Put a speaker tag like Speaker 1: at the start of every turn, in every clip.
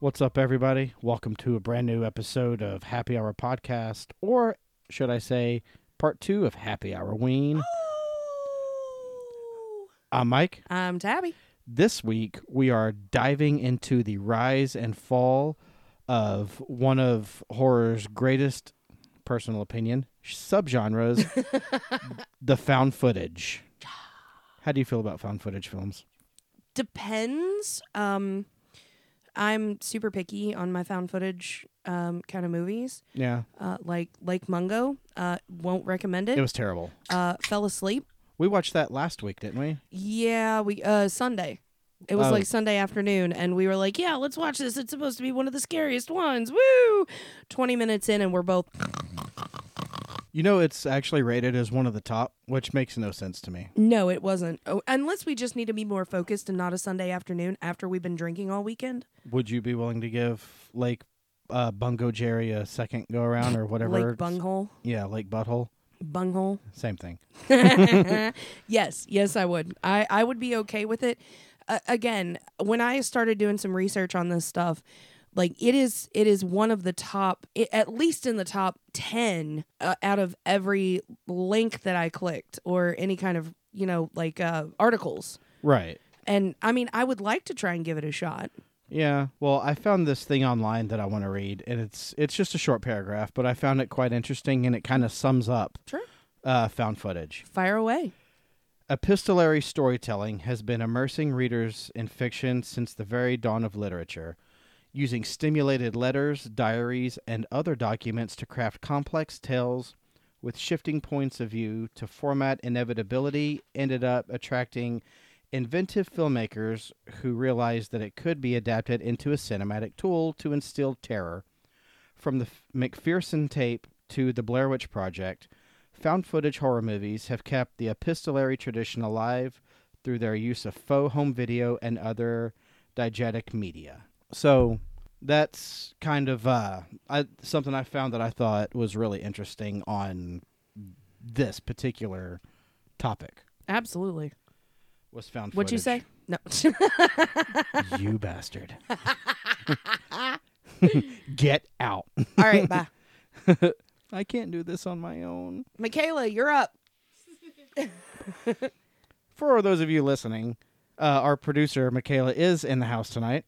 Speaker 1: What's up, everybody? Welcome to a brand new episode of Happy Hour Podcast, or should I say, part two of Happy Hour Ween. I'm Mike.
Speaker 2: I'm Tabby.
Speaker 1: This week, we are diving into the rise and fall of one of horror's greatest, personal opinion, subgenres the found footage. How do you feel about found footage films?
Speaker 2: Depends. Um, I'm super picky on my found footage um, kind of movies.
Speaker 1: Yeah,
Speaker 2: Uh, like Lake Mungo, uh, won't recommend it.
Speaker 1: it was terrible.
Speaker 2: uh, fell asleep.
Speaker 1: We watched that last week, didn't we?
Speaker 2: Yeah, we uh, Sunday. It was
Speaker 1: Oh.
Speaker 2: like Sunday afternoon, and we were like, "Yeah, let's watch this. It's supposed to be one of the scariest ones." Woo! Twenty minutes in, and we're both.
Speaker 1: You know, it's actually rated as one of the top, which makes no sense to me.
Speaker 2: No, it wasn't. Oh, unless we just need to be more focused and not a Sunday afternoon after we've been drinking all weekend.
Speaker 1: Would you be willing to give Lake uh, Bungo Jerry a second go around or whatever?
Speaker 2: Lake bunghole,
Speaker 1: yeah, Lake Butthole.
Speaker 2: bunghole.
Speaker 1: Same thing.
Speaker 2: yes, yes, I would. I, I would be okay with it. Uh, again, when I started doing some research on this stuff, like it is, it is one of the top, i at least in the top ten uh, out of every link that I clicked or any kind of you know like uh, articles.
Speaker 1: Right.
Speaker 2: And I mean, I would like to try and give it a shot.
Speaker 1: Yeah. Well, I found this thing online that I want to read, and it's it's just a short paragraph, but I found it quite interesting, and it kind of sums up
Speaker 2: Sure,
Speaker 1: uh, found footage.
Speaker 2: fire away.
Speaker 1: Epistolary storytelling has been immersing readers in fiction since the very dawn of literature, using stimulated letters, diaries, and other documents to craft complex tales with shifting points of view to format inevitability ended up attracting inventive filmmakers who realized that it could be adapted into a cinematic tool to instill terror from the F- McPherson tape to the Blair Witch Project, found footage horror movies have kept the epistolary tradition alive through their use of faux home video and other diegetic media. So that's kind of uh, I, something I found that I thought was really interesting on this particular topic
Speaker 2: Absolutely.
Speaker 1: was found
Speaker 2: What'd you say?
Speaker 1: footage.
Speaker 2: No.
Speaker 1: you bastard get out
Speaker 2: all right, bye.
Speaker 1: i can't do this on my own
Speaker 2: Michaela, you're up.
Speaker 1: for those of you listening, uh, our producer Michaela is in the house tonight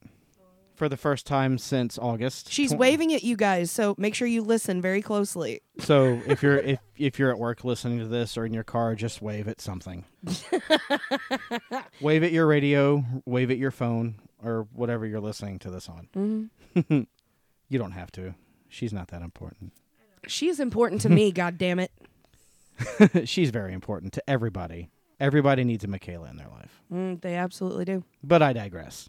Speaker 1: for the first time since August.
Speaker 2: She's
Speaker 1: Tw-
Speaker 2: waving at you guys, so make sure you listen very closely.
Speaker 1: So if you're if if you're at work listening to this or in your car, just wave at something. wave at your radio, wave at your phone, or whatever you're listening to this on.
Speaker 2: Mm-hmm.
Speaker 1: you don't have to. She's not that important.
Speaker 2: She's important to me, god damn it.
Speaker 1: She's very important to everybody. Everybody needs a Michaela in their life.
Speaker 2: Mm, they absolutely do.
Speaker 1: But I digress.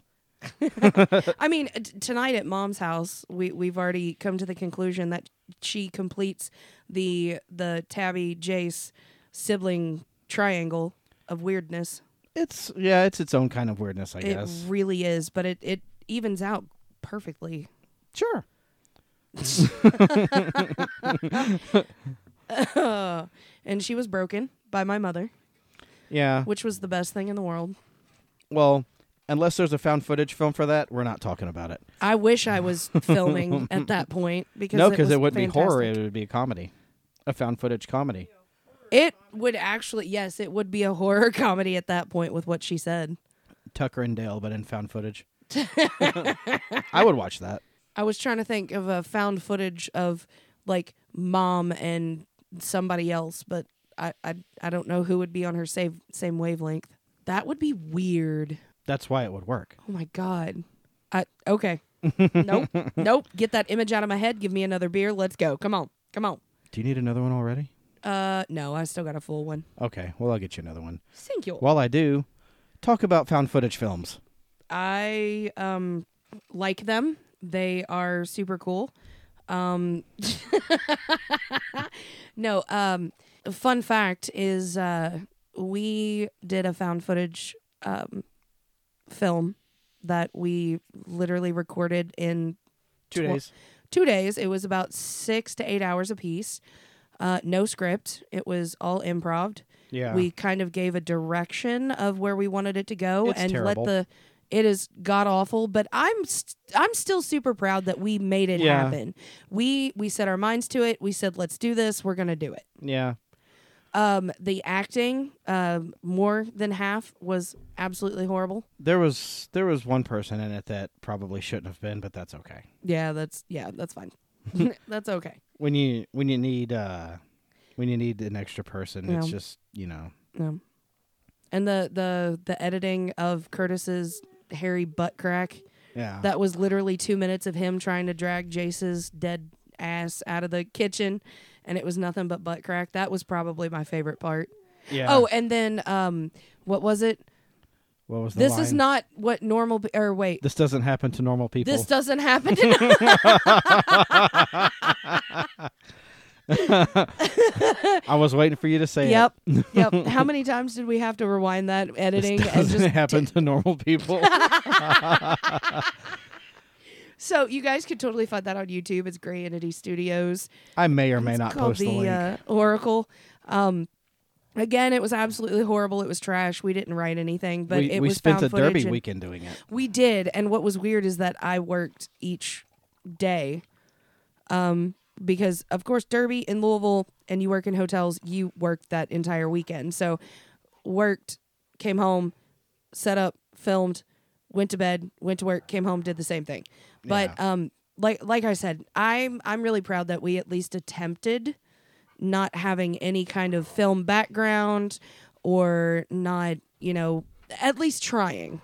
Speaker 2: I mean, t- tonight at mom's house, we we've already come to the conclusion that she completes the the Tabby Jace sibling triangle of weirdness.
Speaker 1: It's yeah, it's its own kind of weirdness, I guess.
Speaker 2: It really is, but it it evens out perfectly.
Speaker 1: Sure.
Speaker 2: and she was broken by my mother,
Speaker 1: Yeah.
Speaker 2: which was the best thing in the world.
Speaker 1: Well, unless there's a found footage film for that, we're not talking about it.
Speaker 2: I wish I was filming at that point because
Speaker 1: No,
Speaker 2: because
Speaker 1: because it, wouldn't be horror; it would be a comedy, a found footage comedy.
Speaker 2: It would actually, yes, it would be a horror comedy at that point with what she said.
Speaker 1: Tucker and Dale, but in found footage. I would watch that.
Speaker 2: I was trying to think of a found footage of like mom and somebody else, but I I, I don't know who would be on her same same wavelength. That would be weird.
Speaker 1: That's why it would work.
Speaker 2: Oh my god. I okay. nope. Nope. Get that image out of my head. Give me another beer. Let's go. Come on. Come on.
Speaker 1: Do you need another one already?
Speaker 2: Uh no, I still got a full one.
Speaker 1: Okay, well I'll get you another one.
Speaker 2: Thank you.
Speaker 1: While I do, talk about found footage films.
Speaker 2: I um like them. They are super cool. Um No, um fun fact is uh we did a found footage um film that we literally recorded in
Speaker 1: Two
Speaker 2: Tw-
Speaker 1: days.
Speaker 2: two days. It was about six to eight hours a piece. Uh, no script. It was all improv.
Speaker 1: Yeah.
Speaker 2: We kind of gave a direction of where we wanted it to go
Speaker 1: It's
Speaker 2: and
Speaker 1: terrible.
Speaker 2: let the It is god awful, but I'm st- I'm still super proud that we made it
Speaker 1: Yeah.
Speaker 2: happen. We we set our minds to it. We said, "Let's do this. We're going to do it."
Speaker 1: Yeah.
Speaker 2: Um, the acting, um, more than half was absolutely horrible.
Speaker 1: There was there was one person in it that probably shouldn't have been, but that's okay.
Speaker 2: Yeah, that's yeah, that's fine. that's okay.
Speaker 1: When you when you need uh when you need an extra person, it's
Speaker 2: Yeah.
Speaker 1: just, you know.
Speaker 2: No. And the the the editing of Curtis's hairy butt crack
Speaker 1: Yeah.
Speaker 2: that was literally two minutes of him trying to drag Jace's dead ass out of the kitchen, and it was nothing but butt crack. That was probably my favorite part.
Speaker 1: yeah.
Speaker 2: Oh, and then um, what was it?
Speaker 1: what was the
Speaker 2: This is
Speaker 1: line?
Speaker 2: not what normal. pe- Or wait,
Speaker 1: This doesn't happen to normal people.
Speaker 2: this doesn't happen to.
Speaker 1: I was waiting for you to say it.
Speaker 2: yep, yep. How many times did we have to rewind that editing
Speaker 1: This
Speaker 2: and
Speaker 1: doesn't
Speaker 2: just
Speaker 1: happen to normal people.
Speaker 2: So you guys could totally find that on YouTube. It's Gray Entity Studios.
Speaker 1: I may or may
Speaker 2: It's
Speaker 1: not
Speaker 2: called
Speaker 1: post the,
Speaker 2: the
Speaker 1: link.
Speaker 2: uh, Oracle. Um, again, it was absolutely horrible. It was trash. We didn't write anything, but
Speaker 1: we
Speaker 2: it
Speaker 1: we
Speaker 2: was
Speaker 1: spent
Speaker 2: found
Speaker 1: a
Speaker 2: footage.
Speaker 1: derby
Speaker 2: and-
Speaker 1: weekend doing it.
Speaker 2: We did, and what was weird is that I worked each day, um, because of course Derby in Louisville, and you work in hotels. You worked that entire weekend, so worked, came home, set up, filmed, went to bed, went to work, came home, did the same thing. But um, like like I said, I'm I'm really proud that we at least attempted not having any kind of film background or not, you know, at least trying.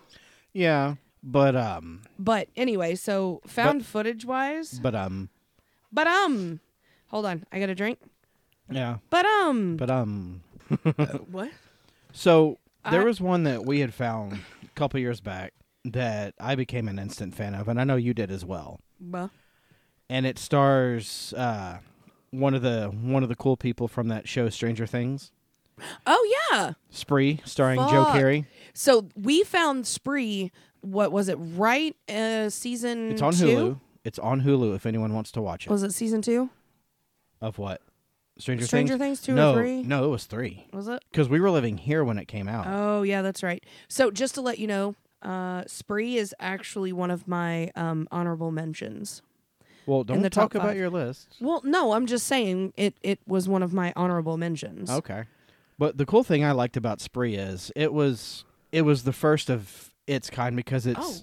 Speaker 1: Yeah, but um,
Speaker 2: But anyway, so found footage wise,
Speaker 1: but um,
Speaker 2: but um, hold on, I got a drink.
Speaker 1: yeah,
Speaker 2: But um,
Speaker 1: but um.
Speaker 2: what?
Speaker 1: So there
Speaker 2: I-
Speaker 1: was one that we had found a couple years back that I became an instant fan of, and I know you did as well.
Speaker 2: Well,
Speaker 1: And it stars uh, one of the one of the cool people from that show Stranger Things,
Speaker 2: oh yeah.
Speaker 1: Spree, starring Joe
Speaker 2: Fuck.
Speaker 1: Carey.
Speaker 2: So we found Spree. What was it? Right, uh, season.
Speaker 1: It's on
Speaker 2: two? Oh.
Speaker 1: Hulu. It's on Hulu if anyone wants to watch it.
Speaker 2: Was it season two?
Speaker 1: of what? Stranger,
Speaker 2: Stranger
Speaker 1: Things.
Speaker 2: Things two or
Speaker 1: no,
Speaker 2: three?
Speaker 1: No, it was three.
Speaker 2: Was it?
Speaker 1: Because we were living here when it came out.
Speaker 2: Oh yeah, that's right. So just to let you know, uh, Spree is actually one of my um, honorable mentions.
Speaker 1: well, don't
Speaker 2: the
Speaker 1: talk
Speaker 2: top
Speaker 1: about
Speaker 2: five.
Speaker 1: your list.
Speaker 2: Well, no, I'm just saying it. It was one of my honorable mentions.
Speaker 1: Okay. But the cool thing I liked about Spree is it was it was the first of its kind because it's
Speaker 2: Oh.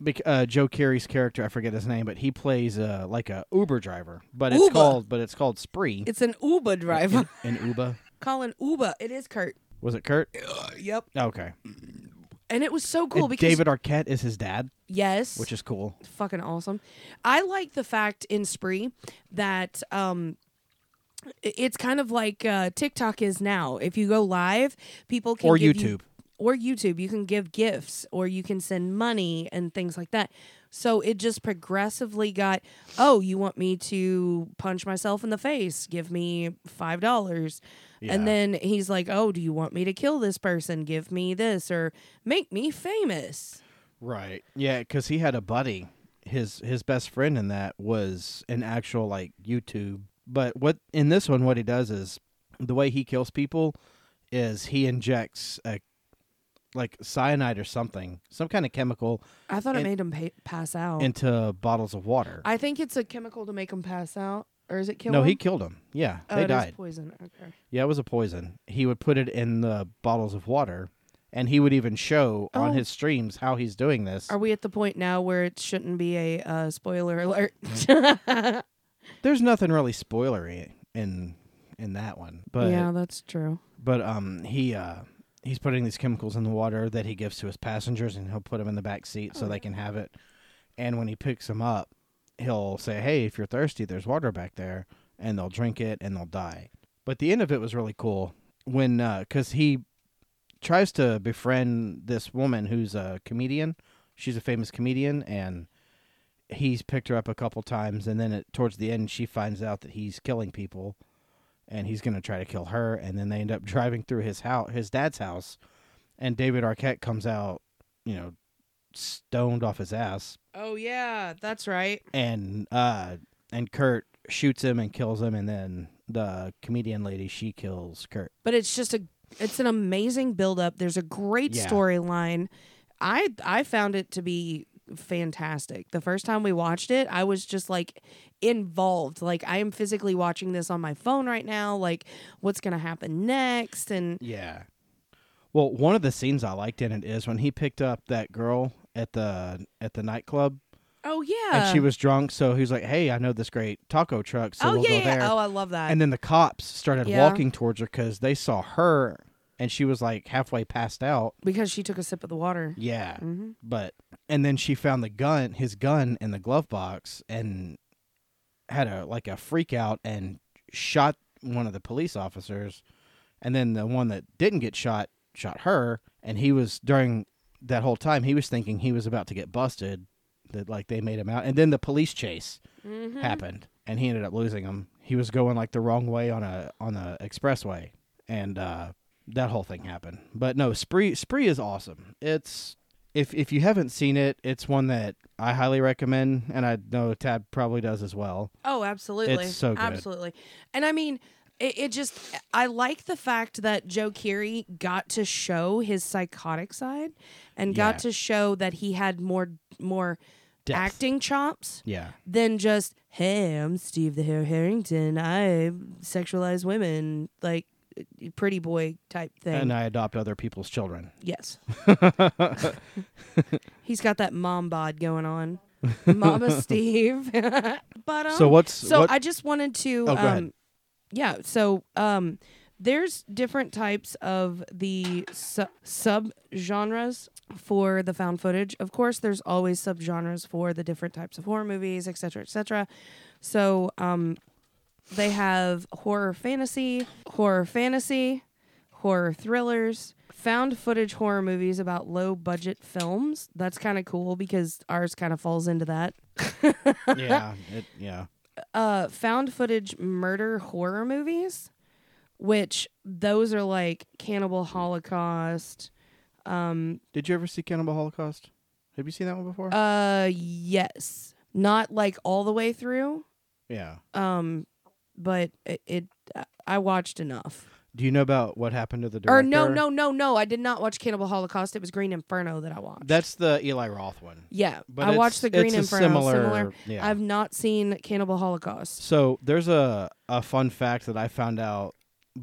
Speaker 1: bec- uh, Joe Carey's character I forget his name but he plays uh, like a Uber driver but it's
Speaker 2: Uber.
Speaker 1: called but it's called Spree
Speaker 2: It's an Uber driver.
Speaker 1: in Uber
Speaker 2: Colin Uber. It is Kurt.
Speaker 1: was it Kurt
Speaker 2: Uh, Yep.
Speaker 1: okay
Speaker 2: And it was so cool
Speaker 1: And
Speaker 2: because
Speaker 1: David Arquette is his dad
Speaker 2: yes,
Speaker 1: which is cool
Speaker 2: fucking awesome. I like the fact in Spree that um i- it's kind of like uh, TikTok is now. If you go live, people can
Speaker 1: Or
Speaker 2: give you-
Speaker 1: YouTube.
Speaker 2: or YouTube, you can give gifts or you can send money and things like that. So it just progressively got, oh, you want me to punch myself in the face? Give me $5.
Speaker 1: Yeah.
Speaker 2: And then he's like, oh, do you want me to kill this person? Give me this or make me famous.
Speaker 1: right yeah cuz he had a buddy his his best friend in that was an actual like YouTube but what in this one what he does is the way he kills people is he injects a like cyanide or something, some kind of chemical
Speaker 2: I thought
Speaker 1: And-
Speaker 2: it made him pa pass out.
Speaker 1: into bottles of water.
Speaker 2: Oh. I think it's a chemical to make him pass out, or is it kill?
Speaker 1: no,
Speaker 2: him?
Speaker 1: he killed them. Yeah,
Speaker 2: Oh,
Speaker 1: they
Speaker 2: it is
Speaker 1: died.
Speaker 2: poison. Okay.
Speaker 1: yeah, it was a poison. He would put it in the bottles of water, and he would even show on
Speaker 2: Oh.
Speaker 1: his streams how he's doing this.
Speaker 2: Are we at the point now where it shouldn't be a uh, spoiler alert?
Speaker 1: There's nothing really spoilery in in that one, but
Speaker 2: yeah, that's true.
Speaker 1: but um he uh he's putting these chemicals in the water that he gives to his passengers and he'll put them in the back seat so they can have it and when he picks them up he'll say hey if you're thirsty there's water back there and they'll drink it and they'll die but the end of it was really cool when because he tries to befriend this woman who's a comedian she's a famous comedian and he's picked her up a couple times and then it, towards the end she finds out that he's killing people and he's going to try to kill her and then they end up driving through his house his dad's house and David Arquette comes out you know stoned off his ass
Speaker 2: Oh yeah, that's right.
Speaker 1: and uh and Kurt shoots him and kills him and then the comedian lady she kills Kurt
Speaker 2: But it's just a, it's an amazing build up. There's a great
Speaker 1: Yeah.
Speaker 2: storyline. I I found it to be fantastic. The first time we watched it, I was just like involved. Like I am physically watching this on my phone right now. Like what's gonna happen next? And
Speaker 1: Yeah. Well, one of the scenes I liked in it is when he picked up that girl at the at the nightclub
Speaker 2: oh yeah,
Speaker 1: and she was drunk, so he was like, "Hey, I know this great taco truck, so
Speaker 2: oh
Speaker 1: we'll
Speaker 2: yeah,
Speaker 1: go
Speaker 2: yeah.
Speaker 1: there."
Speaker 2: oh I love that.
Speaker 1: and then the cops started
Speaker 2: Yeah.
Speaker 1: walking towards her cuz they saw her and she was like halfway passed out.
Speaker 2: because she took a sip of the water.
Speaker 1: Yeah.
Speaker 2: hmm
Speaker 1: But and then she found the gun, his gun in the glove box and had a like a freak out and shot one of the police officers and then the one that didn't get shot shot her and he was during that whole time he was thinking he was about to get busted that like they made him out and then the police chase happened and he ended up losing him he was going like the wrong way on a on the expressway and uh that whole thing happened but no spree spree is awesome it's if if you haven't seen it it's one that i highly recommend and i know tab probably does as well
Speaker 2: Oh, absolutely.
Speaker 1: It's so good.
Speaker 2: Absolutely. And I mean, it, it just, I like the fact that Joe Keery got to show his psychotic side and
Speaker 1: Yeah.
Speaker 2: got to show that he had more, more
Speaker 1: Depth.
Speaker 2: acting chops
Speaker 1: yeah
Speaker 2: than just, hey, I'm Steve the Hare Harrington. I sexualize women, like pretty boy type thing.
Speaker 1: and i adopt other people's children
Speaker 2: Yes. He's got that mom bod going on. Mama Steve. but um,
Speaker 1: so what's
Speaker 2: so
Speaker 1: what,
Speaker 2: I just wanted to
Speaker 1: Oh, go ahead.
Speaker 2: um yeah, so um there's different types of the su- sub genres for the found footage. Of course, there's always sub genres for the different types of horror movies, et cetera, et cetera. So um they have horror fantasy, horror fantasy, horror thrillers, found footage horror movies about low budget films. That's kind of cool because ours kind of falls into that.
Speaker 1: yeah it, yeah
Speaker 2: uh found footage murder horror movies which those are like cannibal holocaust um
Speaker 1: did you ever see cannibal holocaust have you seen that one before
Speaker 2: uh yes not like all the way through
Speaker 1: yeah
Speaker 2: um but it, it i watched enough
Speaker 1: do you know about what happened to the director
Speaker 2: or no no no no i did not watch cannibal holocaust it was green inferno that i watched
Speaker 1: that's the eli roth one
Speaker 2: yeah
Speaker 1: but
Speaker 2: i
Speaker 1: it's-
Speaker 2: watched the
Speaker 1: it's
Speaker 2: green
Speaker 1: a
Speaker 2: inferno
Speaker 1: similar,
Speaker 2: similar,
Speaker 1: yeah
Speaker 2: i've not seen cannibal holocaust
Speaker 1: So there's a, a fun fact that I found out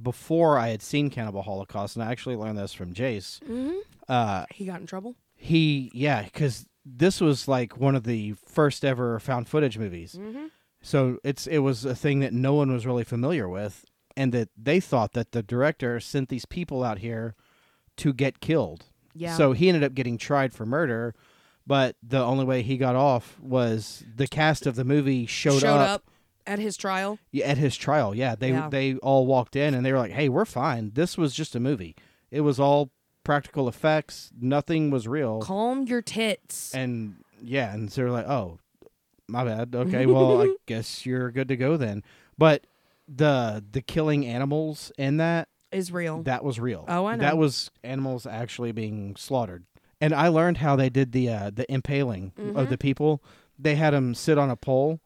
Speaker 1: before I had seen Cannibal Holocaust, and I actually learned this from Jace.
Speaker 2: mm-hmm.
Speaker 1: Uh,
Speaker 2: he got in trouble
Speaker 1: he, yeah, because this was like one of the first ever found footage movies.
Speaker 2: mm-hmm.
Speaker 1: So it's it was a thing that no one was really familiar with, and that they thought that the director sent these people out here to get killed.
Speaker 2: yeah
Speaker 1: So he ended up getting tried for murder, but the only way he got off was the cast of the movie showed, up
Speaker 2: at his trial
Speaker 1: Yeah, at his trial. Yeah, they
Speaker 2: Yeah.
Speaker 1: they all walked in and they were like, "Hey, we're fine. This was just a movie. It was all practical effects. Nothing was real."
Speaker 2: calm your tits.
Speaker 1: And yeah, and so they're like, "Oh, my bad. Okay, well, I guess you're good to go then." But the the killing animals in that
Speaker 2: is real.
Speaker 1: that was real.
Speaker 2: Oh, I know.
Speaker 1: That was animals actually being slaughtered. And I learned how they did the uh, the impaling
Speaker 2: Mm-hmm.
Speaker 1: of the people. They had them sit on a pole,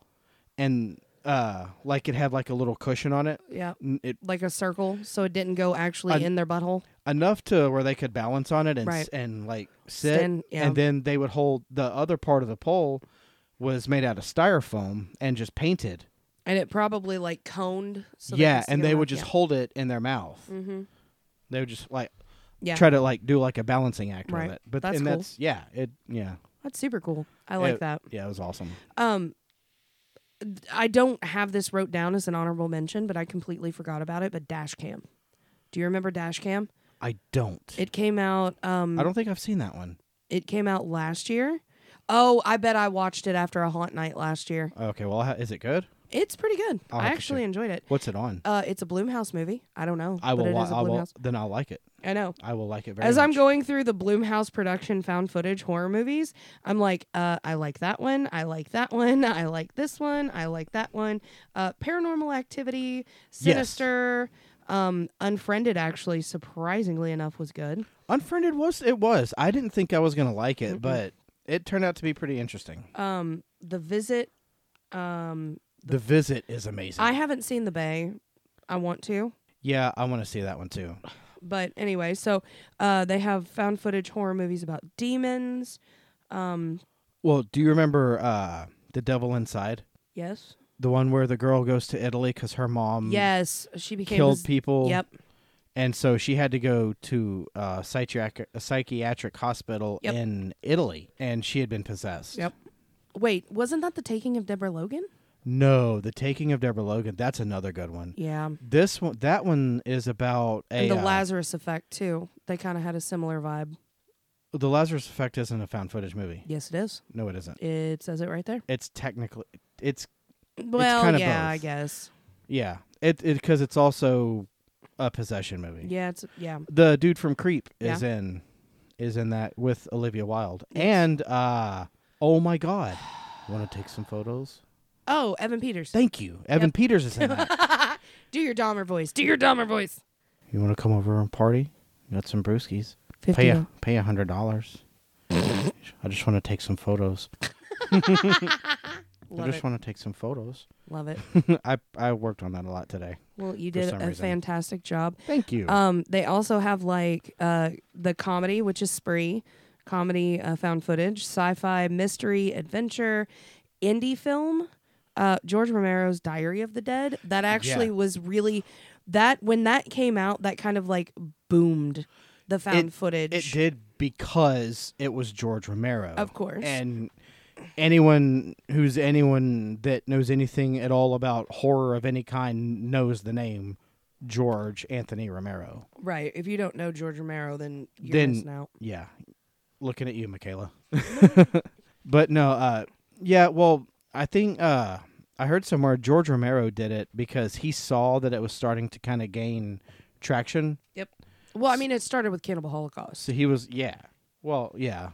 Speaker 1: and uh, like it had like a little cushion on it.
Speaker 2: yeah.
Speaker 1: N- It
Speaker 2: Like a circle, so it didn't go actually
Speaker 1: An-
Speaker 2: in their butthole.
Speaker 1: enough to where they could balance on it and s
Speaker 2: Right.
Speaker 1: and like sit,
Speaker 2: Stand- yeah.
Speaker 1: and then they would hold the other part of the pole was made out of styrofoam and just painted.
Speaker 2: And it probably like coned. So they
Speaker 1: yeah,
Speaker 2: could
Speaker 1: and
Speaker 2: see
Speaker 1: they
Speaker 2: them
Speaker 1: would
Speaker 2: out.
Speaker 1: just hold it in their mouth.
Speaker 2: Yeah. Mm-hmm.
Speaker 1: They would just like
Speaker 2: yeah.
Speaker 1: try to like do like a balancing act
Speaker 2: Right.
Speaker 1: with it. But
Speaker 2: That's
Speaker 1: and
Speaker 2: cool.
Speaker 1: that's yeah, it yeah.
Speaker 2: That's super cool. I like
Speaker 1: It-
Speaker 2: that.
Speaker 1: Yeah, it was awesome.
Speaker 2: Um, I don't have this wrote down as an honorable mention, but I completely forgot about it. But dash cam. Do you remember dash cam?
Speaker 1: I don't.
Speaker 2: It came out. Um,
Speaker 1: I don't think I've seen that one.
Speaker 2: it came out last year. Oh, I bet I watched it after a haunt night last year.
Speaker 1: Okay, well, ha- is it good?
Speaker 2: It's pretty good.
Speaker 1: I'll
Speaker 2: I
Speaker 1: have to
Speaker 2: actually
Speaker 1: check.
Speaker 2: enjoyed it.
Speaker 1: What's it on?
Speaker 2: Uh, it's a Bloomhouse movie. I don't know.
Speaker 1: I
Speaker 2: But
Speaker 1: will.
Speaker 2: it
Speaker 1: Wa-
Speaker 2: is a
Speaker 1: I will.
Speaker 2: Bloomhouse.
Speaker 1: Then I'll like it.
Speaker 2: I know.
Speaker 1: I will like it very
Speaker 2: As
Speaker 1: much.
Speaker 2: I'm going through the Bloomhouse production found footage horror movies, I'm like, uh, I like that one. I like that one. I like this one. I like that one. Uh, Paranormal Activity, Sinister, um, Unfriended. Actually, surprisingly enough, was good.
Speaker 1: Unfriended was it was. I didn't think I was gonna like it, but it turned out to be pretty interesting.
Speaker 2: Um, The Visit. Um,
Speaker 1: The visit is amazing.
Speaker 2: I haven't seen The Bay. I want to.
Speaker 1: yeah, I want to see that one too.
Speaker 2: But anyway, so uh, they have found footage horror movies about demons. Um,
Speaker 1: Well, do you remember uh, The Devil Inside?
Speaker 2: yes,
Speaker 1: The one where the girl goes to Italy because her mom
Speaker 2: yes, she became
Speaker 1: killed
Speaker 2: this-
Speaker 1: people.
Speaker 2: Yep,
Speaker 1: And so she had to go to a psychiatric, a psychiatric hospital
Speaker 2: Yep.
Speaker 1: in Italy, and she had been possessed.
Speaker 2: yep. Wait, wasn't that the taking of Deborah Logan?
Speaker 1: No, the taking of Deborah Logan. That's another good one.
Speaker 2: Yeah,
Speaker 1: This one, that one is about a
Speaker 2: and the
Speaker 1: uh,
Speaker 2: Lazarus effect too. They kind of had a similar vibe.
Speaker 1: the Lazarus effect isn't a found footage movie.
Speaker 2: Yes, it is.
Speaker 1: No, it isn't.
Speaker 2: It says it right there.
Speaker 1: It's technically it's
Speaker 2: Well,
Speaker 1: kinda
Speaker 2: yeah,
Speaker 1: both.
Speaker 2: I guess.
Speaker 1: yeah it because it's also a possession movie.
Speaker 2: Yeah, it's yeah.
Speaker 1: The dude from Creep is in is in that with Olivia Wilde and uh oh my god, want to take some photos?
Speaker 2: Oh, Evan Peters.
Speaker 1: Thank you, Evan Peters is in that.
Speaker 2: Do your Dahmer voice. Do your Dahmer voice.
Speaker 1: you want to come over and party? Got some brewskis. Pay a, pay a hundred dollars. I just want to take some photos. I
Speaker 2: Love
Speaker 1: just
Speaker 2: it.
Speaker 1: want to take some photos.
Speaker 2: Love it.
Speaker 1: I I worked on that a lot today.
Speaker 2: Well, you
Speaker 1: For
Speaker 2: did
Speaker 1: some
Speaker 2: a
Speaker 1: reason.
Speaker 2: fantastic job.
Speaker 1: Thank you.
Speaker 2: Um, they also have like uh, the comedy, which is Spree, comedy uh, found footage, sci-fi, mystery, adventure, indie film. Uh, George Romero's Diary of the Dead. That actually
Speaker 1: Yeah.
Speaker 2: was really that when that came out, that kind of like boomed the found
Speaker 1: It-
Speaker 2: footage.
Speaker 1: it did because it was George Romero,
Speaker 2: Of course.
Speaker 1: and anyone who's anyone that knows anything at all about horror of any kind knows the name George Anthony Romero.
Speaker 2: Right. If you don't know George Romero, then you're
Speaker 1: Then-
Speaker 2: missing out.
Speaker 1: Yeah, looking at you, Michaela. but no, uh, yeah. Well, I think uh, I heard somewhere George Romero did it because he saw that it was starting to kind of gain traction.
Speaker 2: Yep. Well, I mean, it started with Cannibal Holocaust.
Speaker 1: So he was, yeah. Well, yeah.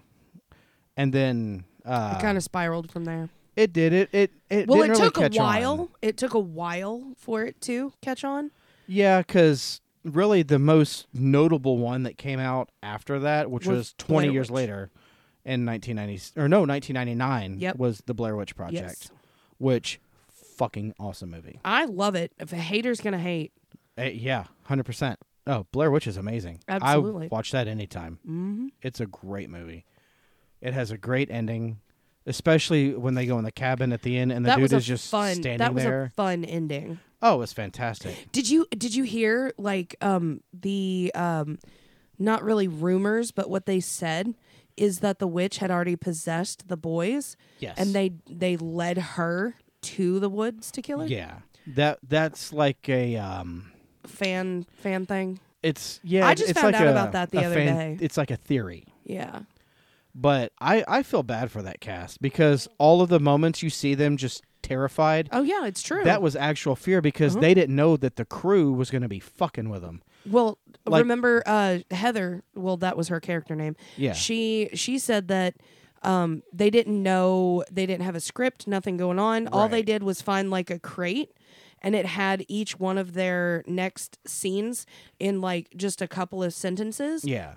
Speaker 1: And then uh,
Speaker 2: It kind of spiraled from there.
Speaker 1: It did. It it it.
Speaker 2: Well,
Speaker 1: didn't
Speaker 2: it
Speaker 1: really
Speaker 2: took
Speaker 1: catch
Speaker 2: a while.
Speaker 1: On.
Speaker 2: It took a while for it to catch on.
Speaker 1: Yeah, because really the most notable one that came out after that, which
Speaker 2: Was
Speaker 1: was 20
Speaker 2: Blair
Speaker 1: years
Speaker 2: Witch.
Speaker 1: later, in 1990 or no 1999,
Speaker 2: Yep.
Speaker 1: was the Blair Witch Project,
Speaker 2: Yes.
Speaker 1: which fucking awesome movie.
Speaker 2: I love it. If a hater's gonna hate,
Speaker 1: Eh, yeah, hundred percent. Oh, Blair Witch is amazing.
Speaker 2: Absolutely.
Speaker 1: I watch that anytime.
Speaker 2: mm-hmm.
Speaker 1: It's a great movie. It has a great ending, especially when they go in the cabin at the end and the
Speaker 2: that
Speaker 1: dude
Speaker 2: was a
Speaker 1: is just
Speaker 2: fun.
Speaker 1: standing
Speaker 2: That was
Speaker 1: there.
Speaker 2: a fun ending.
Speaker 1: Oh, it's fantastic.
Speaker 2: Did you did you hear like um the um not really rumors, but what they said is that the witch had already possessed the boys,
Speaker 1: Yes.
Speaker 2: and they they led her to the woods to kill her.
Speaker 1: Yeah. That that's like a um
Speaker 2: Fan fan thing.
Speaker 1: it's yeah,
Speaker 2: I just
Speaker 1: it's
Speaker 2: found
Speaker 1: like
Speaker 2: out
Speaker 1: a-
Speaker 2: about that the
Speaker 1: a
Speaker 2: other
Speaker 1: fan-
Speaker 2: day.
Speaker 1: It's like a theory.
Speaker 2: Yeah.
Speaker 1: But I I feel bad for that cast because all of the moments you see them just terrified
Speaker 2: Oh yeah, it's true. Uh-huh.
Speaker 1: that was actual fear because they didn't know that the crew was going to be fucking with them.
Speaker 2: Well,
Speaker 1: Like-
Speaker 2: remember uh, Heather? Well, that was her character name.
Speaker 1: Yeah.
Speaker 2: She she said that um, they didn't know they didn't have a script, nothing going on. All they
Speaker 1: Right.
Speaker 2: did was find like a crate, and it had each one of their next scenes in like just a couple of sentences
Speaker 1: Yeah.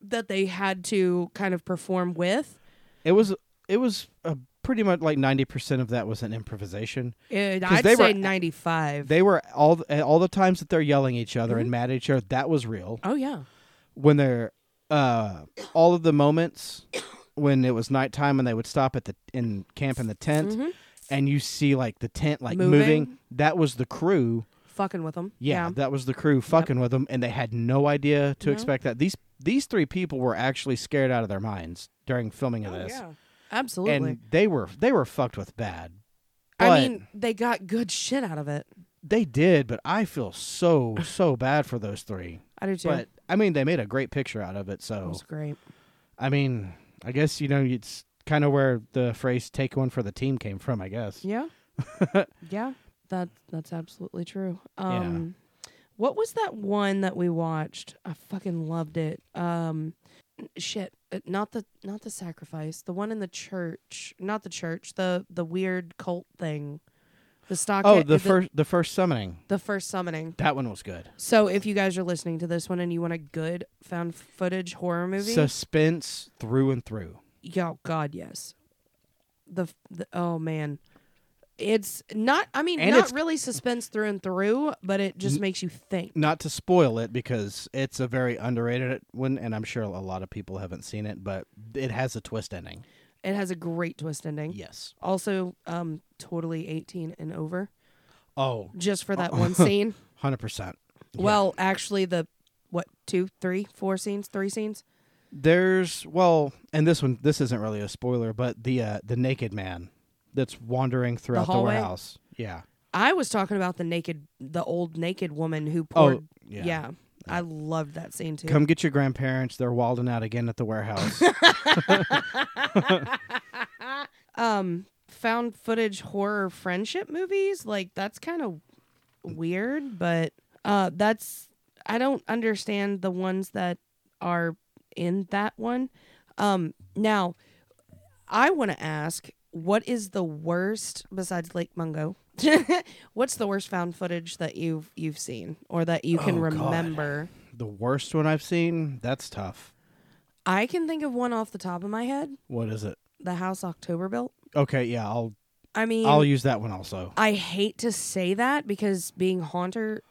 Speaker 2: that they had to kind of perform with.
Speaker 1: It was it was uh pretty much like 90% of that was an improvisation.
Speaker 2: Uh,
Speaker 1: 'Cause
Speaker 2: I'd
Speaker 1: they
Speaker 2: say
Speaker 1: were-
Speaker 2: ninety five.
Speaker 1: They were all th- all the times that they're yelling at each other
Speaker 2: Mm-hmm.
Speaker 1: and mad at each other, that was real.
Speaker 2: Oh yeah.
Speaker 1: when they're uh all of the moments when it was nighttime and they would stop at the in camp in the tent and you see like the tent like moving,
Speaker 2: Mm-hmm. Moving.
Speaker 1: that was the crew
Speaker 2: Fucking with them.
Speaker 1: yeah, that was the crew fucking with them and they had no idea to expect that these these three people were actually scared out of their minds during filming of
Speaker 2: Oh,
Speaker 1: this
Speaker 2: yeah. Absolutely.
Speaker 1: and they were they were fucked with bad but
Speaker 2: I mean, they got good shit out of it.
Speaker 1: they did but i feel so so bad for those three
Speaker 2: I do too.
Speaker 1: but i mean they made a great picture out of it so
Speaker 2: it was great.
Speaker 1: I mean, I guess you know it's kind of where the phrase "take one for the team" came from. I guess.
Speaker 2: Yeah. yeah. That that's absolutely true.
Speaker 1: Yeah.
Speaker 2: Um what was that one that we watched? I fucking loved it. Um shit, uh, not the not the sacrifice, the one in the church, not the church, the the weird cult thing. The stock
Speaker 1: Oh, the first the first summoning.
Speaker 2: the first summoning.
Speaker 1: That one was good.
Speaker 2: So if you guys are listening to this one and you want a good found footage horror movie,
Speaker 1: Suspense through and through.
Speaker 2: Yeah, oh God, yes. The, f- the oh man, It's not. I mean,
Speaker 1: And
Speaker 2: not
Speaker 1: it's-
Speaker 2: really suspense through and through, but it just makes you think.
Speaker 1: Not to spoil it because it's a very underrated one, and I'm sure a lot of people haven't seen it, but it has a twist ending.
Speaker 2: It has a great twist ending.
Speaker 1: Yes.
Speaker 2: Also, um, totally eighteen and over,
Speaker 1: Oh,
Speaker 2: just for that one scene.
Speaker 1: 100%. Yeah.
Speaker 2: Well, actually, the what two, three, four scenes, three scenes.
Speaker 1: There's well, and this one this isn't really a spoiler, but the uh, the naked man that's wandering throughout the,
Speaker 2: hallway?
Speaker 1: warehouse. Yeah.
Speaker 2: I was talking about the naked, the old naked woman who poured.
Speaker 1: Oh, yeah.
Speaker 2: I loved that scene too.
Speaker 1: Come get your grandparents. They're wilding out again at the warehouse.
Speaker 2: um, found footage horror friendship movies like that's kind of weird, but uh, that's I don't understand the ones that are in that one. Um, now I want to ask, what is the worst besides Lake Mungo? What's the worst found footage that you've you've seen or that you can
Speaker 1: Oh, God.
Speaker 2: remember?
Speaker 1: the worst one I've seen. That's tough.
Speaker 2: I can think of one off the top of my head.
Speaker 1: What is it?
Speaker 2: The house October built.
Speaker 1: Okay, yeah, I'll
Speaker 2: I mean,
Speaker 1: I'll use that one also.
Speaker 2: I hate to say that because being haunter,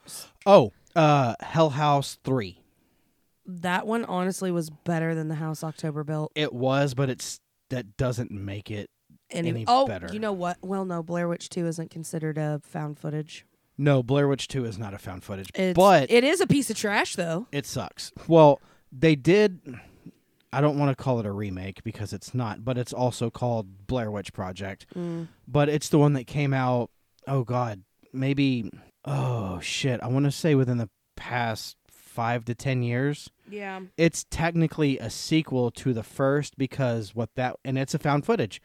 Speaker 1: Oh, uh, Hell House three.
Speaker 2: that one honestly was better than the house October built.
Speaker 1: It was, but it's that doesn't make it.
Speaker 2: Any,
Speaker 1: Any
Speaker 2: oh,
Speaker 1: better.
Speaker 2: you know what? Well, no, Blair Witch Two isn't considered a found footage.
Speaker 1: No, Blair Witch two is not a found footage,
Speaker 2: It's,
Speaker 1: but
Speaker 2: it is a piece of trash though.
Speaker 1: It sucks. Well, they did. I don't want to call it a remake because it's not, but it's also called Blair Witch Project. But it's the one that came out. Oh God, maybe. Oh shit, I want to say within the past five to ten years.
Speaker 2: Yeah,
Speaker 1: It's technically a sequel to the first because what that and it's a found footage.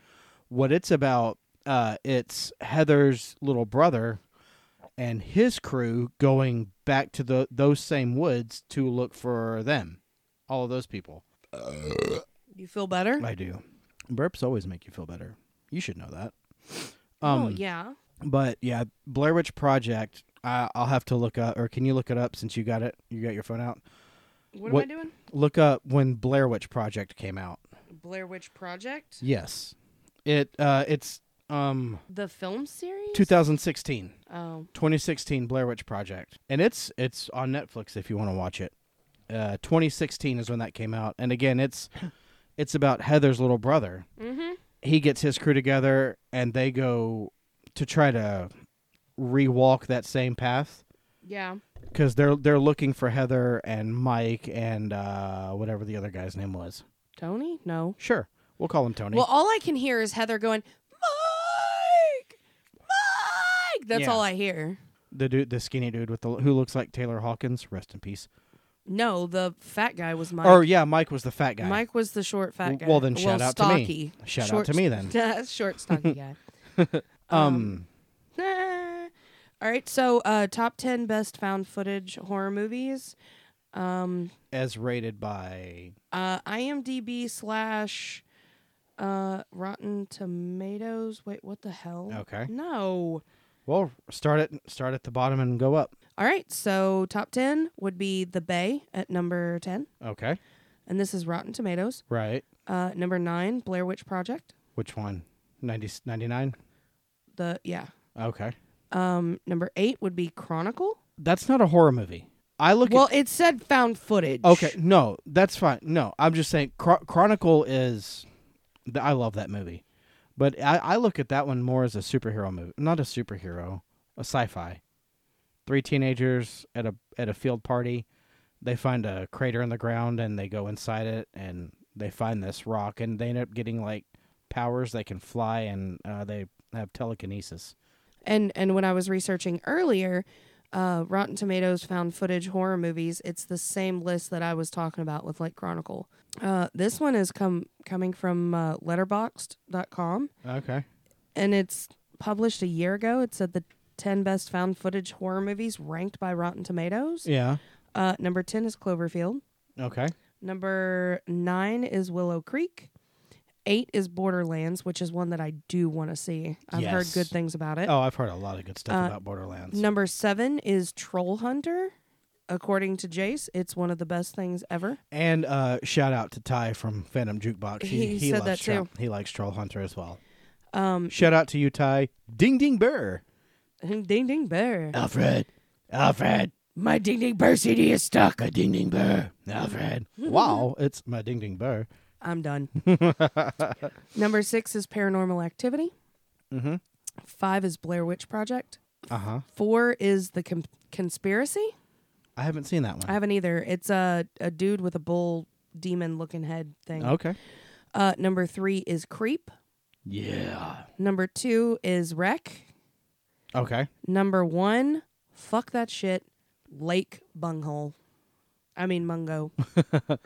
Speaker 1: What it's about, uh, it's Heather's little brother and his crew going back to the those same woods to look for them, all of those people.
Speaker 2: you feel better?
Speaker 1: I do. Burps always make you feel better. You should know that.
Speaker 2: oh
Speaker 1: Um,
Speaker 2: yeah.
Speaker 1: but yeah, Blair Witch Project. I, I'll have to look up, or can you look it up since you got it? You got your phone out.
Speaker 2: What,
Speaker 1: what-
Speaker 2: am I doing?
Speaker 1: Look up when Blair Witch Project came out.
Speaker 2: Blair Witch Project,
Speaker 1: Yes. It uh it's um
Speaker 2: the film series.
Speaker 1: 2016.
Speaker 2: oh,
Speaker 1: 2016 Blair Witch Project. And it's it's on Netflix if you want to watch it. Uh 2016 is when that came out. And again, it's it's about Heather's little brother.
Speaker 2: mm-hmm.
Speaker 1: He gets his crew together and they go to try to rewalk that same path
Speaker 2: Yeah.
Speaker 1: cuz they're they're looking for Heather and Mike and uh whatever the other guy's name was.
Speaker 2: Tony? No.
Speaker 1: Sure. We'll call him Tony.
Speaker 2: Well, all I can hear is Heather going, Mike, Mike. That's
Speaker 1: Yeah.
Speaker 2: all I hear.
Speaker 1: the dude the skinny dude with the who looks like Taylor Hawkins, rest in peace.
Speaker 2: No, the fat guy was Mike.
Speaker 1: Or Oh, yeah, Mike was the fat guy.
Speaker 2: Mike was the short fat guy.
Speaker 1: Well, then shout out to me.
Speaker 2: stocky.
Speaker 1: Shout out
Speaker 2: Short-
Speaker 1: to me then.
Speaker 2: Yeah, short stocky guy.
Speaker 1: Um,
Speaker 2: Ah. all right, so uh, top ten best found footage horror movies. Um,
Speaker 1: as rated by
Speaker 2: uh, IMDb slash uh, Rotten Tomatoes. Wait, what the hell?
Speaker 1: okay.
Speaker 2: No.
Speaker 1: Well, start at start at the bottom and go up.
Speaker 2: All right, so top 10 would be The Bay at number 10,
Speaker 1: Okay,
Speaker 2: and this is Rotten Tomatoes.
Speaker 1: right.
Speaker 2: Uh, number 9, Blair Witch Project.
Speaker 1: Which one? 90, 99?
Speaker 2: The yeah.
Speaker 1: Okay,
Speaker 2: Um, number 8 would be Chronicle.
Speaker 1: that's not a horror movie. I look.
Speaker 2: Well, it said found footage.
Speaker 1: at, okay, no, that's fine. No, I'm just saying. Chro- Chronicle is. th- I love that movie, but I, I look at that one more as a superhero movie, not a superhero, a sci-fi. Three teenagers at a at a field party. they find a crater in the ground and they go inside it and they find this rock and they end up getting like powers they can fly and uh, they have telekinesis
Speaker 2: And and when I was researching earlier, uh, Rotten Tomatoes found footage horror movies. It's the same list that I was talking about with like Chronicle. Uh, this one is come coming from uh, Letterboxd.com.
Speaker 1: okay
Speaker 2: and it's published a year ago. It said the 10 best found footage horror movies ranked by Rotten Tomatoes.
Speaker 1: yeah
Speaker 2: Uh, number 10 is Cloverfield.
Speaker 1: okay
Speaker 2: Number 9 is Willow Creek. 8 is Borderlands, which is one that I do want to see. I've heard
Speaker 1: Yes.
Speaker 2: good things about it.
Speaker 1: oh i've heard a lot of good stuff
Speaker 2: Uh,
Speaker 1: about borderlands
Speaker 2: Number 7 is Troll Hunter. According to Jace, it's one of the best things ever.
Speaker 1: and uh, shout out to ty from phantom jukebox he,
Speaker 2: He
Speaker 1: he
Speaker 2: said
Speaker 1: loves
Speaker 2: that
Speaker 1: Tro-
Speaker 2: too.
Speaker 1: he likes troll hunter as well
Speaker 2: Um,
Speaker 1: Shout out to you, Ty. Ding ding bear.
Speaker 2: ding ding bear.
Speaker 1: Alfred. Alfred.
Speaker 2: My ding ding bear CD is stuck.
Speaker 1: A ding ding bear. Alfred. wow, it's my ding ding bear.
Speaker 2: I'm done. Number six is Paranormal Activity.
Speaker 1: Mm-hmm.
Speaker 2: Five is Blair Witch Project.
Speaker 1: Uh huh.
Speaker 2: Four is the com- conspiracy.
Speaker 1: I haven't seen that one.
Speaker 2: I haven't either. It's a a dude with a bull demon looking head thing.
Speaker 1: okay.
Speaker 2: Uh, number three is Creep.
Speaker 1: Yeah.
Speaker 2: Number two is Wreck.
Speaker 1: Okay.
Speaker 2: Number one, fuck that shit, Lake Bunghole. I mean Mungo.